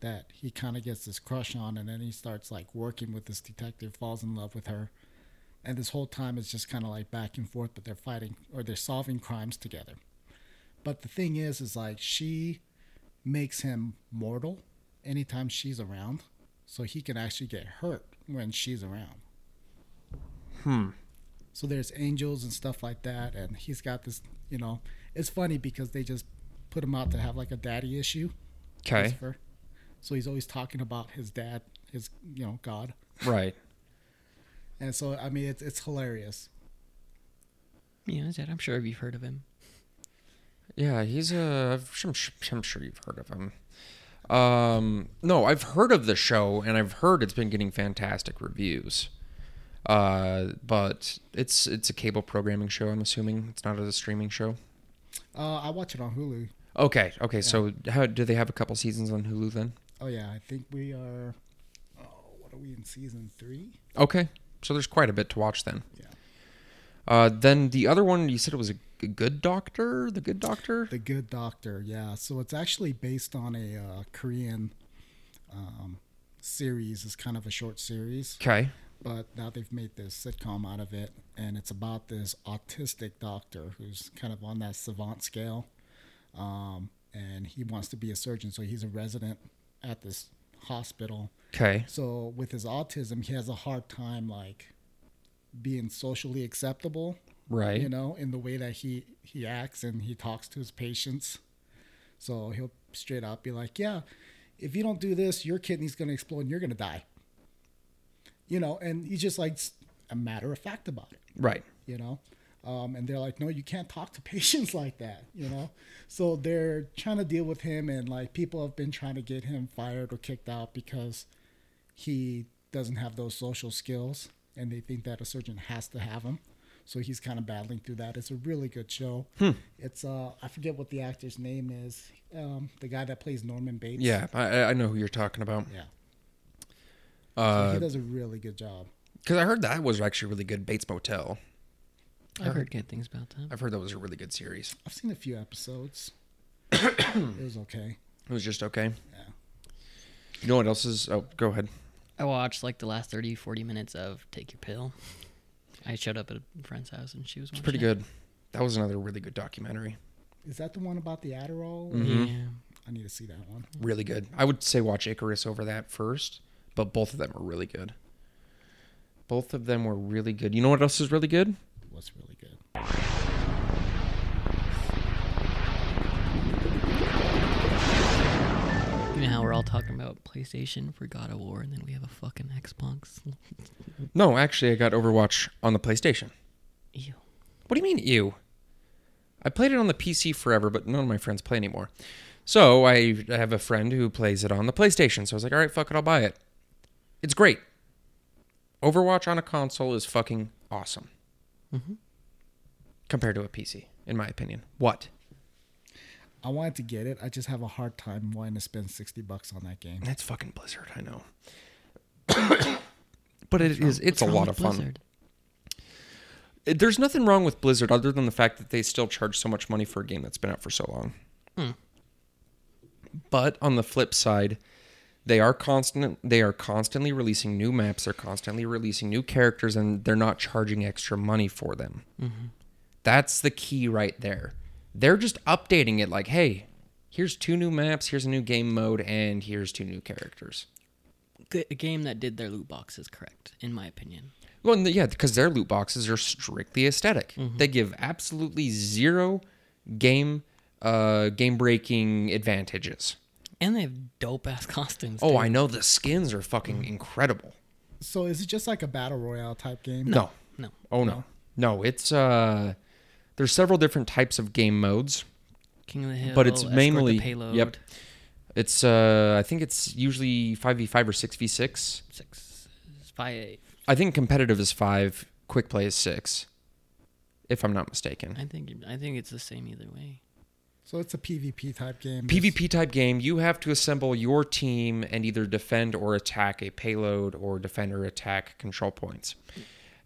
that he kind of gets this crush on, and then he starts like working with this detective, falls in love with her. And this whole time it's just kind of like back and forth, but they're fighting or they're solving crimes together. But the thing is, is like she makes him mortal anytime she's around, so he can actually get hurt when she's around. Hmm. So there's angels and stuff like that, and he's got this. You know, it's funny because they just put him out to have like a daddy issue.
Okay.
Lucifer. So he's always talking about his dad, his you know God,
Right.
and so I mean it's it's hilarious.
Yeah, that's it. I'm sure you've heard of him.
Yeah, he's a. I'm sure, I'm sure you've heard of him. Um, no, I've heard of the show, and I've heard it's been getting fantastic reviews. Uh, but it's it's a cable programming show. I'm assuming it's not a streaming show.
Uh, I watch it on Hulu.
Okay, okay. So, how do they have a couple seasons on Hulu then?
Oh yeah, I think we are. Oh, what are we in season three?
Okay. So there's quite a bit to watch then.
Yeah.
Uh, then the other one, you said it was a G- good doctor? The good doctor?
The Good Doctor. Yeah, so it's actually based on a uh, Korean um, series. It's kind of a short series,
Okay.
but now they've made this sitcom out of it, and it's about this autistic doctor who's kind of on that savant scale, um, and he wants to be a surgeon, so he's a resident at this hospital.
Okay.
So with his autism, he has a hard time like being socially acceptable,
Right.
You know, in the way that he he acts and he talks to his patients. So he'll straight up be like, "Yeah, if you don't do this, your kidney's going to explode and you're going to die." You know, and he's just like s- a matter of fact about it
Right.
you know um, and they're like no you can't talk to patients like that you know so they're trying to deal with him and like people have been trying to get him fired or kicked out because he doesn't have those social skills and they think that a surgeon has to have them So he's kind of battling through that. It's a really good show. It's uh, I forget what the actor's name is. Um, the guy that plays Norman Bates.
Yeah, I- I, I know who you're talking about.
yeah.
Because
he does a really good job.
I heard that was actually really good. Bates Motel.
I've heard good things about that.
I've heard that was a really good series.
I've seen a few episodes. it was okay.
It was just okay. Yeah. You know what else is? Oh, go ahead.
I watched like the last 30, 40 minutes of Take Your Pill. I showed up at a friend's house and she was
It's pretty
watching it.
good. That was another really good documentary.
Is that the one about the Adderall?
Mm-hmm.
Mm-hmm.
I need to see that one.
Really good. I would say watch Icarus over that first, but both of them were really good. Both of them were really good. You know what else is really good?
It was really good.
Yeah. You know how we're all talking about PlayStation for God of War and then we have a fucking Xbox.
No, actually, I got Overwatch on the PlayStation.
Ew.
What do you mean, ew? I played it on the PC forever, but none of my friends play anymore. So I I have a friend who plays it on the PlayStation. So I was like, all right, fuck it, I'll buy it. It's great. Overwatch on a console is fucking awesome. Compared to a PC, in my opinion. What?
I wanted to get it. I just have a hard time wanting to spend sixty bucks on that game.
That's fucking Blizzard, I know. but it is, it's
What's
a
wrong
lot of
with
fun.
Blizzard?
It- There's nothing wrong with Blizzard other than the fact that they still charge so much money for a game that's been out for so long.
Hmm.
But on the flip side, they are constant they are constantly releasing new maps, they're constantly releasing new characters and they're not charging extra money for them.
Mm-hmm.
That's the key right there. They're just updating it like, "Hey, here's two new maps, here's a new game mode and here's two new characters."
G- A game that did their loot box is correct, in my opinion.
Well, and the- yeah, because their loot boxes are strictly esthetic They give absolutely zero game uh, game breaking advantages.
And they have dope ass costumes.
Oh,
dude.
I know the skins are fucking incredible.
So is it just like a battle royale type game?
No.
No.
Oh no. No, it's uh there's several different types of game modes.
King of the Hill.
But it's
escort the
mainly
payload.
Yep. It's uh I think it's usually 5v5 or 6v6.
Six, five, eight.
I think competitive is 5, quick play is 6 if I'm not mistaken.
I think I think it's the same either way.
So it's a PvP type game.
PvP type game, you have to assemble your team and either defend or attack a payload or defend or attack control points.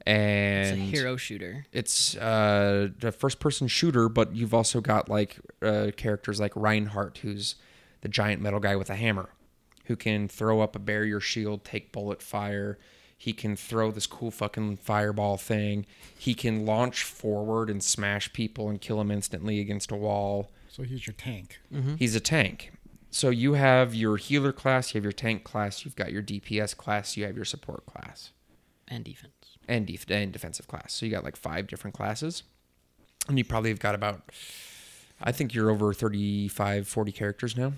It's
And
a hero shooter.
it's, uh, the first person shooter, but you've also got like uh, characters like Reinhardt, who's the giant metal guy with a hammer, who can throw up a barrier shield, take bullet fire. He can throw this cool fucking fireball thing. He can launch forward and smash people and kill them instantly against a wall.
So here's your tank.
Mm-hmm.
He's a tank. So you have your healer class, you have your tank class, you've got your DPS class, you have your support class,
And defense.
and, def- and defensive class. So you got like five different classes. And you probably have got about, I think you're over 35, 40 characters now.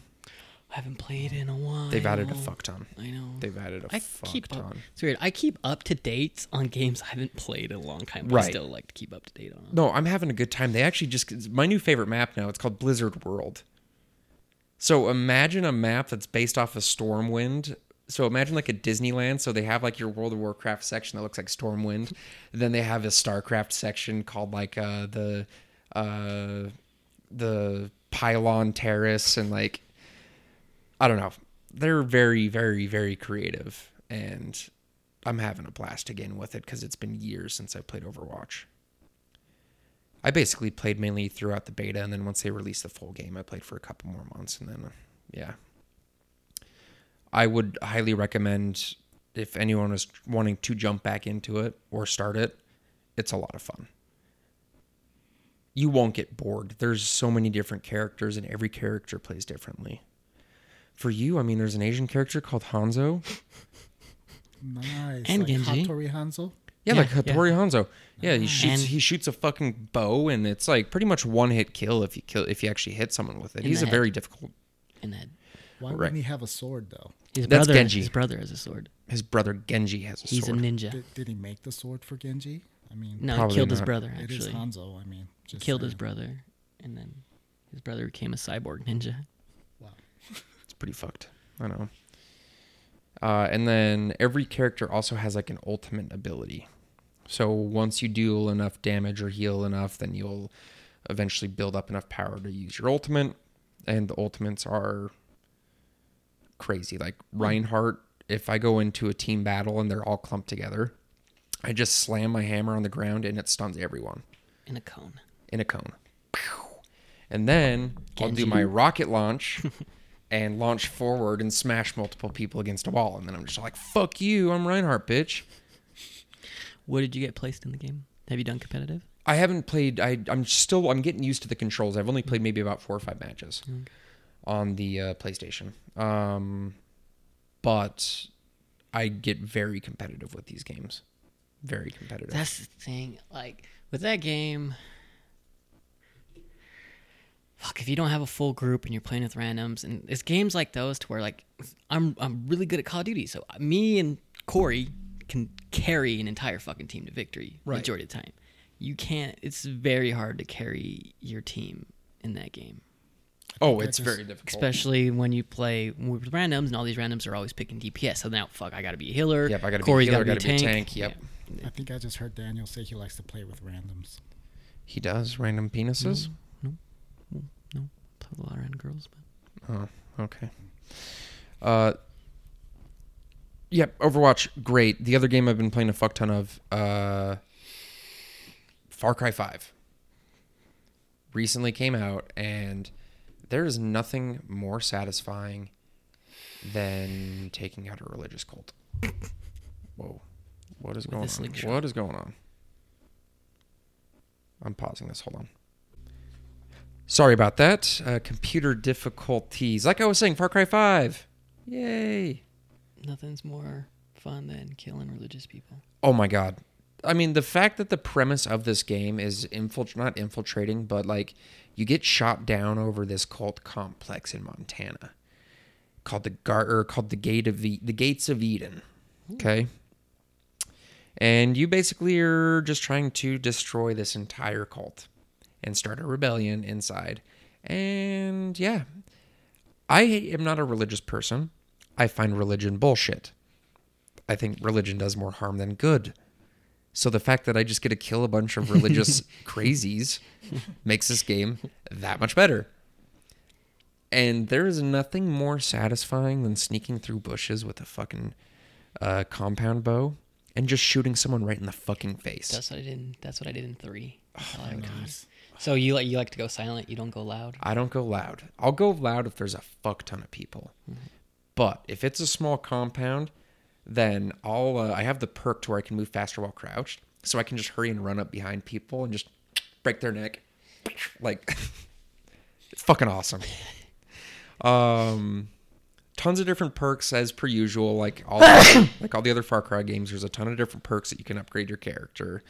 I haven't played in a while.
They've added a fuck ton.
I know.
They've added a
I
fuck
keep
ton.
up. It's weird. I keep up to dates on games I haven't played in a long time. But I
Right.
still like to keep up to date on. 'em.
No, I'm having a good time. They actually just my new favorite map now. It's called Blizzard World. So imagine a map that's based off of Stormwind. So imagine like a Disneyland. So they have like your World of Warcraft section that looks like Stormwind. And then they have a Starcraft section called like uh, the uh, the Pylon Terrace and like I don't know. They're very, very, very creative, and I'm having a blast again with it because it's been years since I played Overwatch. I basically played mainly throughout the beta, and then once they released the full game, I played for a couple more months, and then uh, yeah. I would highly recommend if anyone is wanting to jump back into it or start it. It's a lot of fun. You won't get bored. There's so many different characters, and every character plays differently. For you, I mean, there's an Asian character called Hanzo.
Nice.
And
like
Genji.
Hattori Hanzo.
Yeah,
Yeah, Mm-hmm.
like Hattori Hanzo. Yeah, he shoots.
And-
he shoots a fucking bow, and it's like pretty much one hit kill if you kill if you actually hit someone with it.
In
He's
the
a
head.
very difficult.
And that
Why
Right.
wouldn't he have a sword though?
his
That's
brother.
Genji.
His brother has a sword.
His brother Genji has a
He's
sword.
a ninja.
Did, did he make the sword for Genji? I mean,
no, he
Probably
killed his
not.
brother
it is
actually.
Hanzo. I mean, just
Killed his
saying.
brother, and then his brother became a cyborg ninja.
Wow.
it's pretty fucked. I know. Uh, and then every character also has like an ultimate ability. So once you deal enough damage or heal enough, then you'll eventually build up enough power to use your ultimate. And the ultimates are crazy. Like Reinhardt, if I go into a team battle and they're all clumped together, I just slam my hammer on the ground and it stuns everyone
in a cone.
in a cone. Pew. And then I'll do my rocket launch and launch forward and smash multiple people against a wall. And then I'm just like, fuck you, I'm Reinhardt, bitch.
What did you get placed in the game? Have you done competitive?
I haven't played. I, I'm still. I'm getting used to the controls. I've only played maybe about four or five matches on the uh, PlayStation. Um, but I get very competitive with these games. Very competitive.
That's the thing. Like with that game, fuck. If you don't have a full group and you're playing with randoms, and it's games like those to where like I'm I'm really good at Call of Duty, so me and Corey can carry an entire fucking team to victory
Right.
majority of the time. You can't. It's very hard to carry your team in that game,
oh, it's very difficult.
especially when you play with randoms, and all these randoms are always picking DPS. So now, fuck, I gotta be a healer.
Yep, I gotta be a
Corey's
healer,
gotta be a
gotta be a
tank.
tank, yep.
Yeah.
I think I just heard Daniel say he likes to play with randoms.
he does random penises.
No, play with a lot of random girls, but.
Okay. Uh, yep. Overwatch, great. The other game I've been playing a fuck ton of, uh, Far Cry Five, recently came out, and there is nothing more satisfying than taking out a religious cult. Whoa, what is
a
going on?
slingshot.
What is going on? I'm pausing this. Hold on. Sorry about that. Uh, computer difficulties. Like I was saying, Far Cry 5. Yay.
nothing's more fun than killing religious people.
Oh my God. I mean, the fact that the premise of this game is infiltr not infiltrating, but like you get shot down over this cult complex in Montana called the gar- or called the Gate of e- the Gates of Eden. Okay. And you basically are just trying to destroy this entire cult and start a rebellion inside. And yeah, I am not a religious person. I find religion bullshit. I think religion does more harm than good. So the fact that I just get to kill a bunch of religious crazies makes this game that much better. And there is nothing more satisfying than sneaking through bushes with a fucking uh, compound bow and just shooting someone right in the fucking face.
That's what I did. In, that's what I did in three. That's all I would do. So you like you like to go silent. You don't go loud.
I don't go loud. I'll go loud if there's a fuck ton of people. But if it's a small compound, then I'll uh, I have the perk to where I can move faster while crouched, so I can just hurry and run up behind people and just break their neck. Like it's fucking awesome. Um tons of different perks as per usual like all the, like all the other Far Cry games there's a ton of different perks that you can upgrade your character.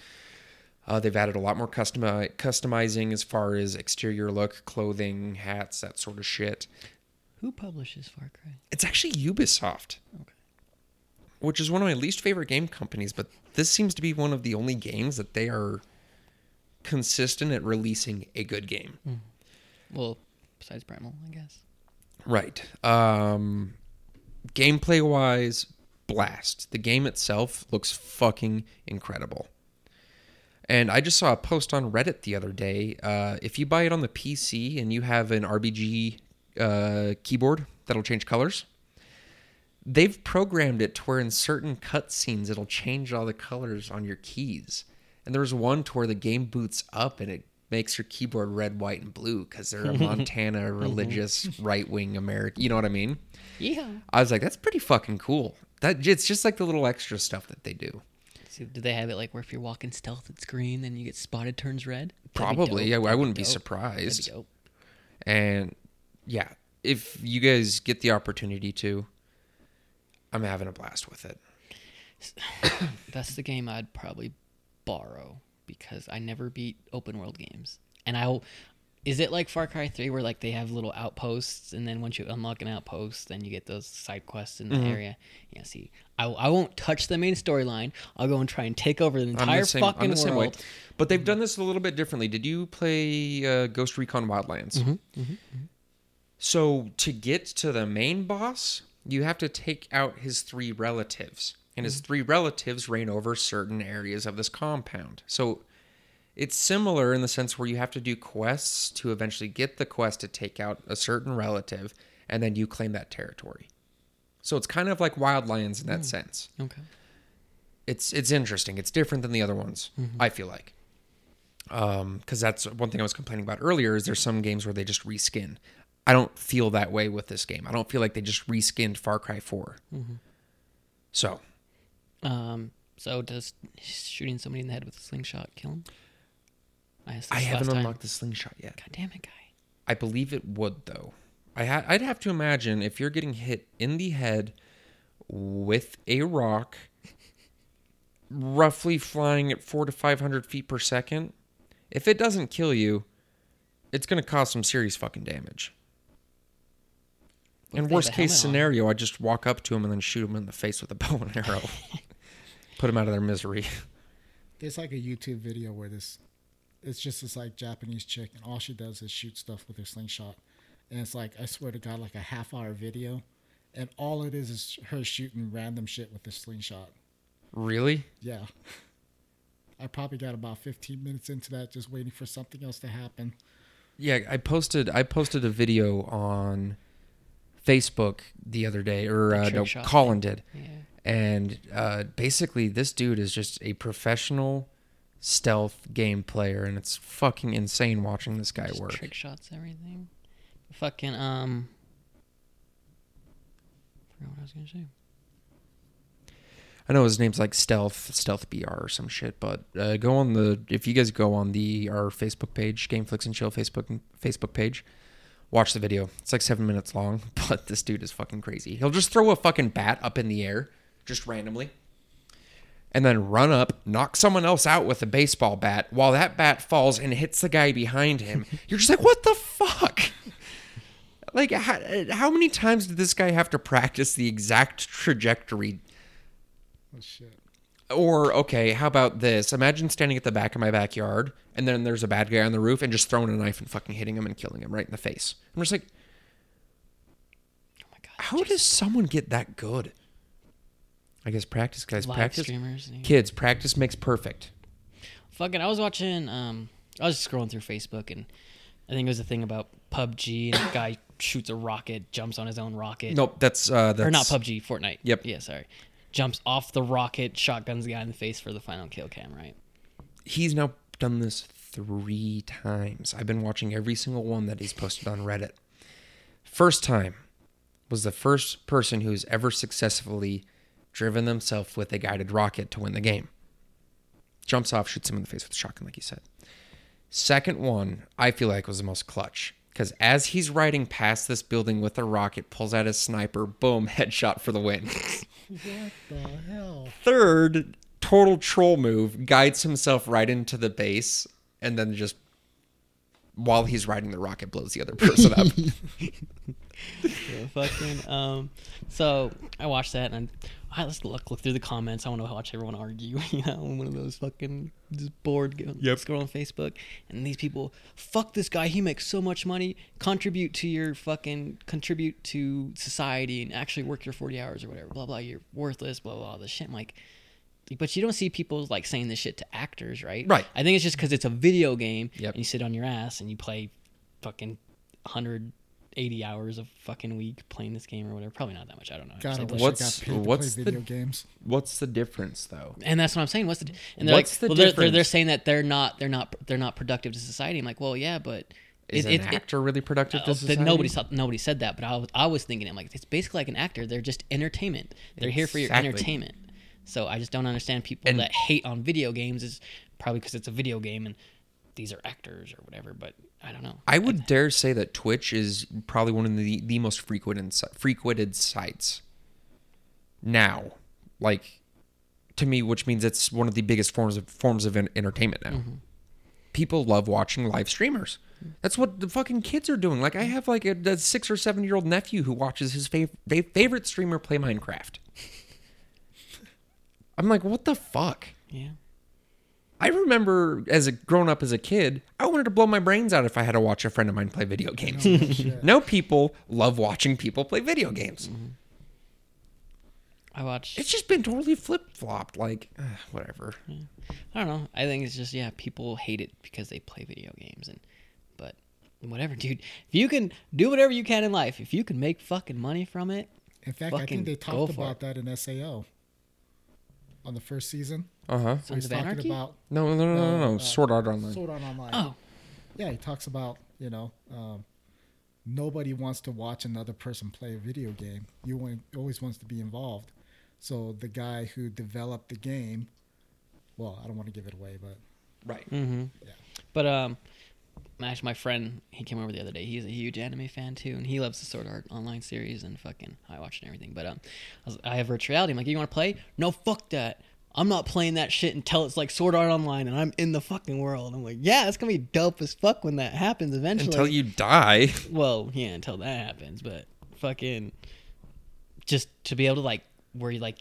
Uh, they've added a lot more custom customizing as far as exterior look, clothing, hats, that sort of shit.
Who publishes Far Cry?
It's actually Ubisoft, which is one of my least favorite game companies, but this seems to be one of the only games that they are consistent at releasing a good game.
Well, besides Primal, I guess.
Right. Um, gameplay wise, blast. The game itself looks fucking incredible. And I just saw a post on Reddit the other day. Uh, if you buy it on the PC and you have an RBG uh, keyboard that'll change colors, they've programmed it to where in certain cutscenes it'll change all the colors on your keys. And there was one to where the game boots up and it makes your keyboard red, white, and blue because they're a
Mm-hmm.
Montana religious right wing American. You know what I mean?
Yeah.
I was like, that's pretty fucking cool. That it's just like the little extra stuff that they do.
So do they have it like where if you're walking stealth, it's green, then you get spotted, turns red? That'd be
Probably. I,
dope.
I
That'd
wouldn't be
dope. That'd
surprised.
be dope.
And yeah, if you guys get the opportunity to, I'm having a blast with it.
That's the game I'd probably borrow because I never beat open world games. And I is it like Far Cry 3 where like they have little outposts and then once you unlock an outpost then you get those side quests in the
Mm-hmm.
area. Yeah, see. I, I won't touch the main storyline. I'll go and try and take over the
I'm
entire
the same,
fucking
I'm the same way.
world.
But they've done this a little bit differently. Did you play uh, Ghost Recon Wildlands?
Mm-hmm,
So to get to the main boss, you have to take out his three relatives. and his
Mm-hmm.
three relatives reign over certain areas of this compound. So it's similar in the sense where you have to do quests to eventually get the quest to take out a certain relative, and then you claim that territory. So it's kind of like Wildlands in that
Mm.
sense.
Okay.
It's it's interesting. It's different than the other ones.
Mm-hmm.
I feel like um because that's one thing i was complaining about earlier is there's some games where they just reskin i don't feel that way with this game i don't feel like they just reskinned far cry 4
Mm-hmm.
so
Um. So does shooting somebody in the head with a slingshot kill him? I asked
i
this
haven't
last time.
unlocked the slingshot yet
God damn it, guy.
i believe it would though I ha- i'd have to imagine if you're getting hit in the head with a rock roughly flying at four to five hundred feet per second if it doesn't kill you it's going to cause some serious fucking damage
What if
And
they have
worst
a
case
helmet on?
scenario, I just walk up to him and then shoot him in the face with a bow and arrow. Put him out of their misery.
There's like a YouTube video where this, it's just this like Japanese chick, and all she does is shoot stuff with her slingshot, and it's like I swear to God, like a half hour video, and all it is is her shooting random shit with her slingshot.
Really?
Yeah. I probably got about 15 minutes into that, just waiting for something else to happen.
Yeah, I posted I posted a video on Facebook the other day, or uh,
trick
no,
shot
Colin did,
Yeah.
and uh, basically this dude is just a professional stealth game player, and it's fucking insane watching this guy
Just
work.
Trick shots, everything. Fucking um. Forgot what I was gonna say.
I know his name's like Stealth, Stealth BR or some shit, but uh, go on the if you guys go on the our Facebook page, Gameflix and Chill Facebook Facebook page, watch the video. It's like seven minutes long, but this dude is fucking crazy. He'll just throw a fucking bat up in the air, just randomly, and then run up, knock someone else out with a baseball bat. While that bat falls and hits the guy behind him, you're just like, what the fuck? Like, how, how many times did this guy have to practice the exact trajectory
Oh, shit.
or okay, how about this? Imagine standing at the back of my backyard, and then there's a bad guy on the roof, and just throwing a knife and fucking hitting him and killing him right in the face. I'm just like,
Oh my god.
how does someone get that good? I guess practice, guys.
Live
practice.
streamers, yeah.
Kids, practice makes perfect.
Fucking, I was watching. Um, I was just scrolling through Facebook, and I think it was a thing about PUBG, and a guy shoots a rocket, jumps on his own rocket.
Nope, that's uh, that's
or not PUBG, Fortnite.
Yep.
Yeah, sorry. Jumps off the rocket, shotguns the guy in the face for the final kill cam, right?
He's now done this three times. I've been watching every single one that he's posted on Reddit. First time was the first person who's ever successfully driven themselves with a guided rocket to win the game. Jumps off, shoots him in the face with a shotgun, like you said. Second one, I feel like was the most clutch because as he's riding past this building with a rocket, pulls out his sniper, boom, headshot for the win.
What the hell?
third total troll move guides himself right into the base and then just while he's riding the rocket blows the other person up
Yeah, fucking. Um, so I watched that, and I let's look look through the comments. I want to watch everyone argue. You know, I'm one of those fucking just bored. Go, yep. Scroll on Facebook, and these people, fuck this guy. He makes so much money. Contribute to your fucking contribute to society, and actually work your 40 hours or whatever. Blah blah. You're worthless. Blah blah. all This shit. I'm like. But you don't see people like saying this shit to actors, right?
Right.
I think it's just because it's a video game,
Yep.
and you sit on your ass and you play fucking 180 hours of fucking week playing this game or whatever. Probably not that much. I don't know.
God, I
Actually.
wish
what's-
I got paid to
what's
play
the-
video games.
what's the difference though
and that's what I'm saying. What's the and they're
What's
like,
the
well, they're, they're, they're
difference?
saying that they're not they're not they're not productive to society. I'm like, well, yeah, but
is
it-
an
it- it-
actor really productive
uh,
to society?
that nobody saw, nobody said that, but I was, I was thinking, I'm like, it's basically like an actor. They're just entertainment. They're here for your
Exactly.
entertainment. So I just don't understand people
And-
that hate on video games is probably because it's a video game and these are actors or whatever. But I don't know.
i would dare say that twitch is probably one of the, the most frequented si- frequented sites now like to me which means it's one of the biggest forms of forms of en- entertainment now people love watching live streamers. That's what the fucking kids are doing. Like I have like a, a six or seven year old nephew who watches his fav- fav- favorite streamer play Minecraft. I'm like, what the fuck?
Yeah.
I remember as a grown up as a kid, I wanted to blow my brains out if I had to watch a friend of mine play video games. Mm-hmm. now people love watching people play video games.
I watched.
It's just been totally flip flopped. Like, uh, whatever.
I don't know. I think it's just yeah, people hate it because they play video games and but whatever, dude. If you can do whatever you can in life, if you can make fucking money from it,
In fact, I
Fucking
think they
go
talked
for
about
it.
that in SAO on the first season.
Uh huh.
where
Sons of Oh, Anarchy.
about
No, no, no, no, no.
uh,
no. Sword Art Online.
Sword Art Online.
Oh,
Yeah, he talks about you know um, nobody wants to watch another person play a video game. You want, always wants to be involved. So the guy who developed the game, well, I don't want to give it away, but
Right.
but um, Mash, my friend, he came over the other day. He's a huge anime fan too, and he loves the Sword Art Online series and fucking I watched and everything. But um, I, was, I have virtual reality. I'm like, you want to play? No, fuck that. I'm not playing that shit until it's like Sword Art Online and I'm in the fucking world. I'm like, yeah, it's gonna be dope as fuck when that happens eventually.
Until you die.
Well, yeah, until that happens, but fucking just to be able to like where you like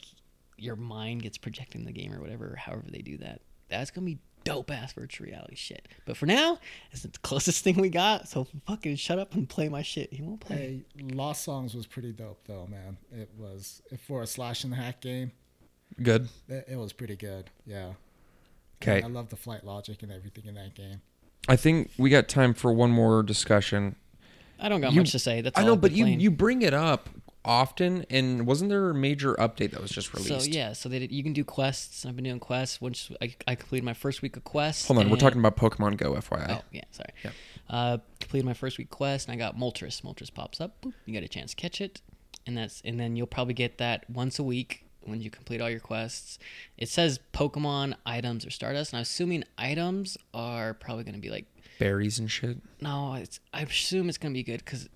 your mind gets projecting the game or whatever, or however they do that. That's gonna be dope ass virtual reality shit. But for now, it's the closest thing we got, so fucking shut up and play my shit. He won't play.
hey, Lost Songs was pretty dope though, man. It was for a slash and hack game.
Good.
It, it was pretty good. Yeah.
Okay.
I love the flight logic and everything in that game.
I think we got time for one more discussion.
I don't got
You-
much to say. That's
I
all
know,
I've
but
been
you
playing.
you bring it up often, and wasn't there a major update that was just
So
released?
yeah, so they did, you can do quests. and I've been doing quests. Once I, I completed my first week of quests.
Hold on, we're
and-
talking about Pokemon Go, FYI.
Oh yeah, sorry. Uh, completed my first week quest, and I got Moltres. Moltres pops up. Boop, you get a chance to catch it, and that's and then you'll probably get that once a week when you complete all your quests. It says Pokemon items or Stardust, and I'm assuming items are probably going to be like
Berries and shit.
no, it's I assume it's going to be good because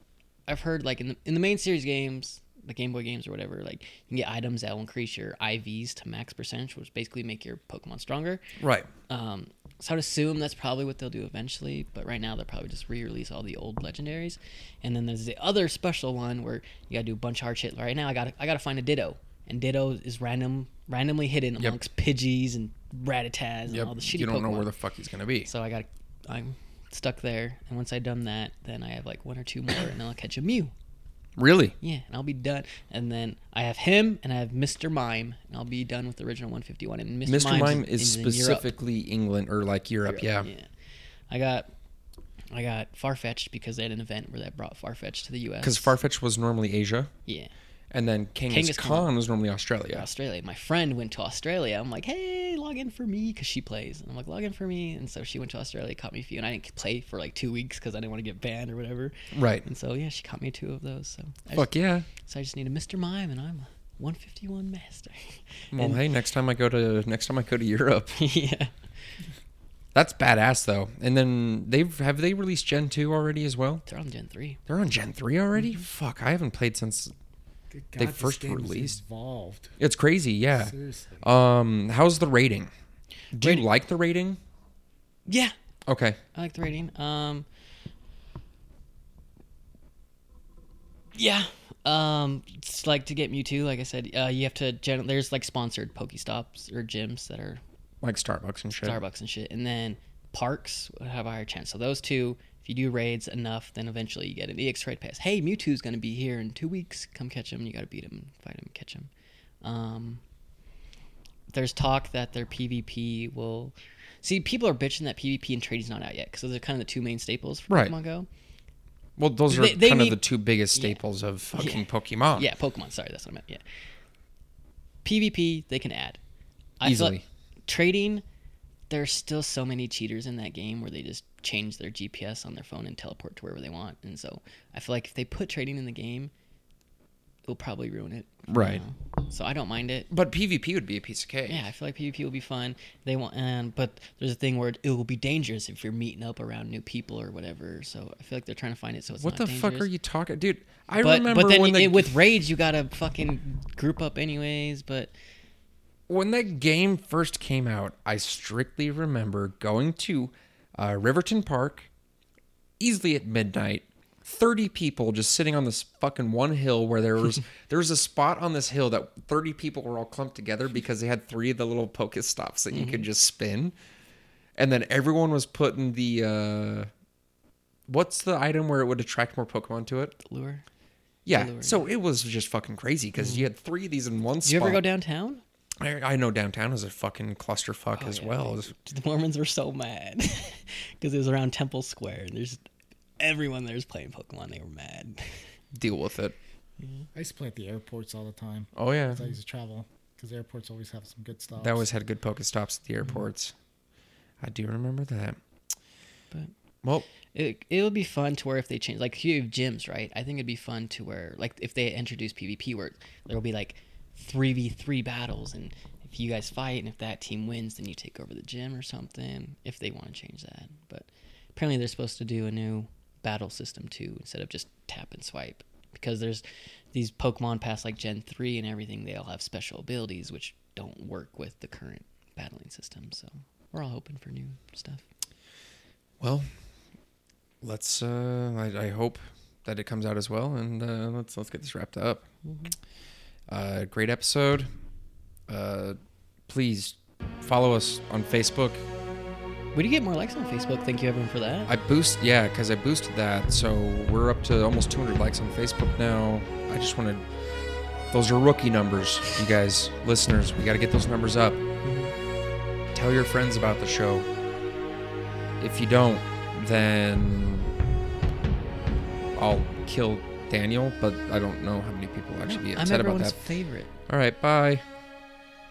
I've heard like in the in the main series games. The Game Boy games or whatever, like you can get items that will increase your IVs to max percentage, which basically make your Pokemon stronger.
Right.
Um, so I'd assume that's probably what they'll do eventually, but right now they'll probably just re-release all the old legendaries, and then there's the other special one where you gotta do a bunch of hard shit. Right now, I gotta I gotta find a Ditto, and Ditto is random, randomly hidden amongst Pidgeys and Rattatas and
Yep.
all the shitty.
You don't know
Pokemon.
where the fuck he's gonna be.
So I got I'm stuck there, and once I've done that, then I have like one or two more, and then I'll catch a Mew.
Really?
Yeah, and I'll be done. And then I have him, and I have Mr. Mime, and I'll be done with the original 151. And Mr.
Mr.
Mime's
Mime
in-
is
in Europe.
specifically England or like Europe, yeah.
Yeah. I got I got Farfetch'd because they had an event where that brought Farfetch'd to the US.
Because Farfetch was normally Asia,
Yeah.
and then Kangaskhan
Kangaskhan.
Khan was normally Australia.
Australia. My friend went to Australia. I'm like, hey, log in for me because she plays. And I'm like, log in for me. And so she went to Australia, caught me a few, and I didn't play for like two weeks because I didn't want to get banned or whatever.
Right.
And so yeah, she caught me two of those. So I
Fuck yeah.
just, so I just need a Mr. Mime, and I'm a 151 master.
Well,
And-
hey, next time I go to next time I go to Europe,
yeah.
that's badass though. And then they've have they released Gen two already as well?
They're on Gen three.
They're on Gen three already.
Mm-hmm.
Fuck, I haven't played since.
Good
They
this
first
game is
released-
evolved.
It's crazy, yeah.
Seriously.
Um, how's the rating? Do
Rating-
you like the rating?
Yeah.
Okay,
I like the rating. Um, yeah. Um, it's like to get Mewtwo, like I said, uh, you have to. Gen- there's like sponsored Pokestops or gyms that are
like Starbucks and shit.
Starbucks and shit, and then parks would have a higher chance. So those two, if you do raids enough, then eventually you get an EX raid pass. Hey, Mewtwo's gonna be here in two weeks. Come catch him. You gotta beat him, fight him, catch him. Um, there's talk that their PvP will. See, people are bitching that PvP and trading's not out yet because those are kind of the two main staples for
Right.
Pokemon Go.
Well, those are
They- they
kind
need-
of the two biggest staples of fucking Pokemon.
Yeah, Pokemon. Sorry, that's what I meant. Yeah. PvP, they can add. I feel
Easily.
like trading, there's still so many cheaters in that game where they just change their GPS on their phone and teleport to wherever they want. And so I feel like if they put trading in the game, it'll probably ruin it. you
Right.
know? So I don't mind it.
But PvP would be a piece of cake.
Yeah, I feel like PvP will be fun. They want, and but there's a thing where it will be dangerous if you're meeting up around new people or whatever. So I feel like they're trying to find it so it's
What
not
the fuck
dangerous
are you talking, dude? I
but,
remember
but then
when
it-
the,
with raids you gotta fucking group up anyways but
when that game first came out. I strictly remember going to uh, Riverton Park, easily at midnight. Thirty people just sitting on this fucking one hill where there was there was a spot on this hill that thirty people were all clumped together because they had three of the little Pokestops stops that you
Mm-hmm.
could just spin, and then everyone was putting the uh, what's the item where it would attract more Pokemon to it?
lure
Yeah,
Delivery.
so it was just fucking crazy because you had three of these in one spot.
Mm. you ever go downtown?
I, I know downtown is a fucking clusterfuck as
yeah,
well.
they- The Mormons were so mad because it was around Temple Square, and there's everyone there's playing Pokemon. They were mad.
Deal with it.
I used to play at the airports all the time.
Oh yeah,
'cause I used to travel because airports always have some good stuff.
that always had good stops at the airports. I do remember that.
But
Well,
it it would be fun to where if they change like you have gyms, right? I think it'd be fun to where like if they introduce PvP where there will be like three v three battles, and if you guys fight, and if that team wins, then you take over the gym or something. If they want to change that, but apparently they're supposed to do a new battle system too, instead of just tap and swipe, because there's these Pokemon past like Gen three and everything. They all have special abilities which don't work with the current battling system. So we're all hoping for new stuff.
well, let's. Uh, I, I hope that it comes out as well, and uh, let's let's get this wrapped up. Uh, great episode. Uh, please follow us on Facebook.
We do get more likes on Facebook. Thank you, everyone, for that.
I boost, yeah, because I boosted that, so we're up to almost 200 likes on Facebook now. I just wanted those are rookie numbers, you guys, listeners. We got to get those numbers up. Tell your friends about the show. If you don't, then I'll kill Daniel. But I don't know how many people will actually be
I'm
upset about
everyone's
that.
favorite.
All right, bye.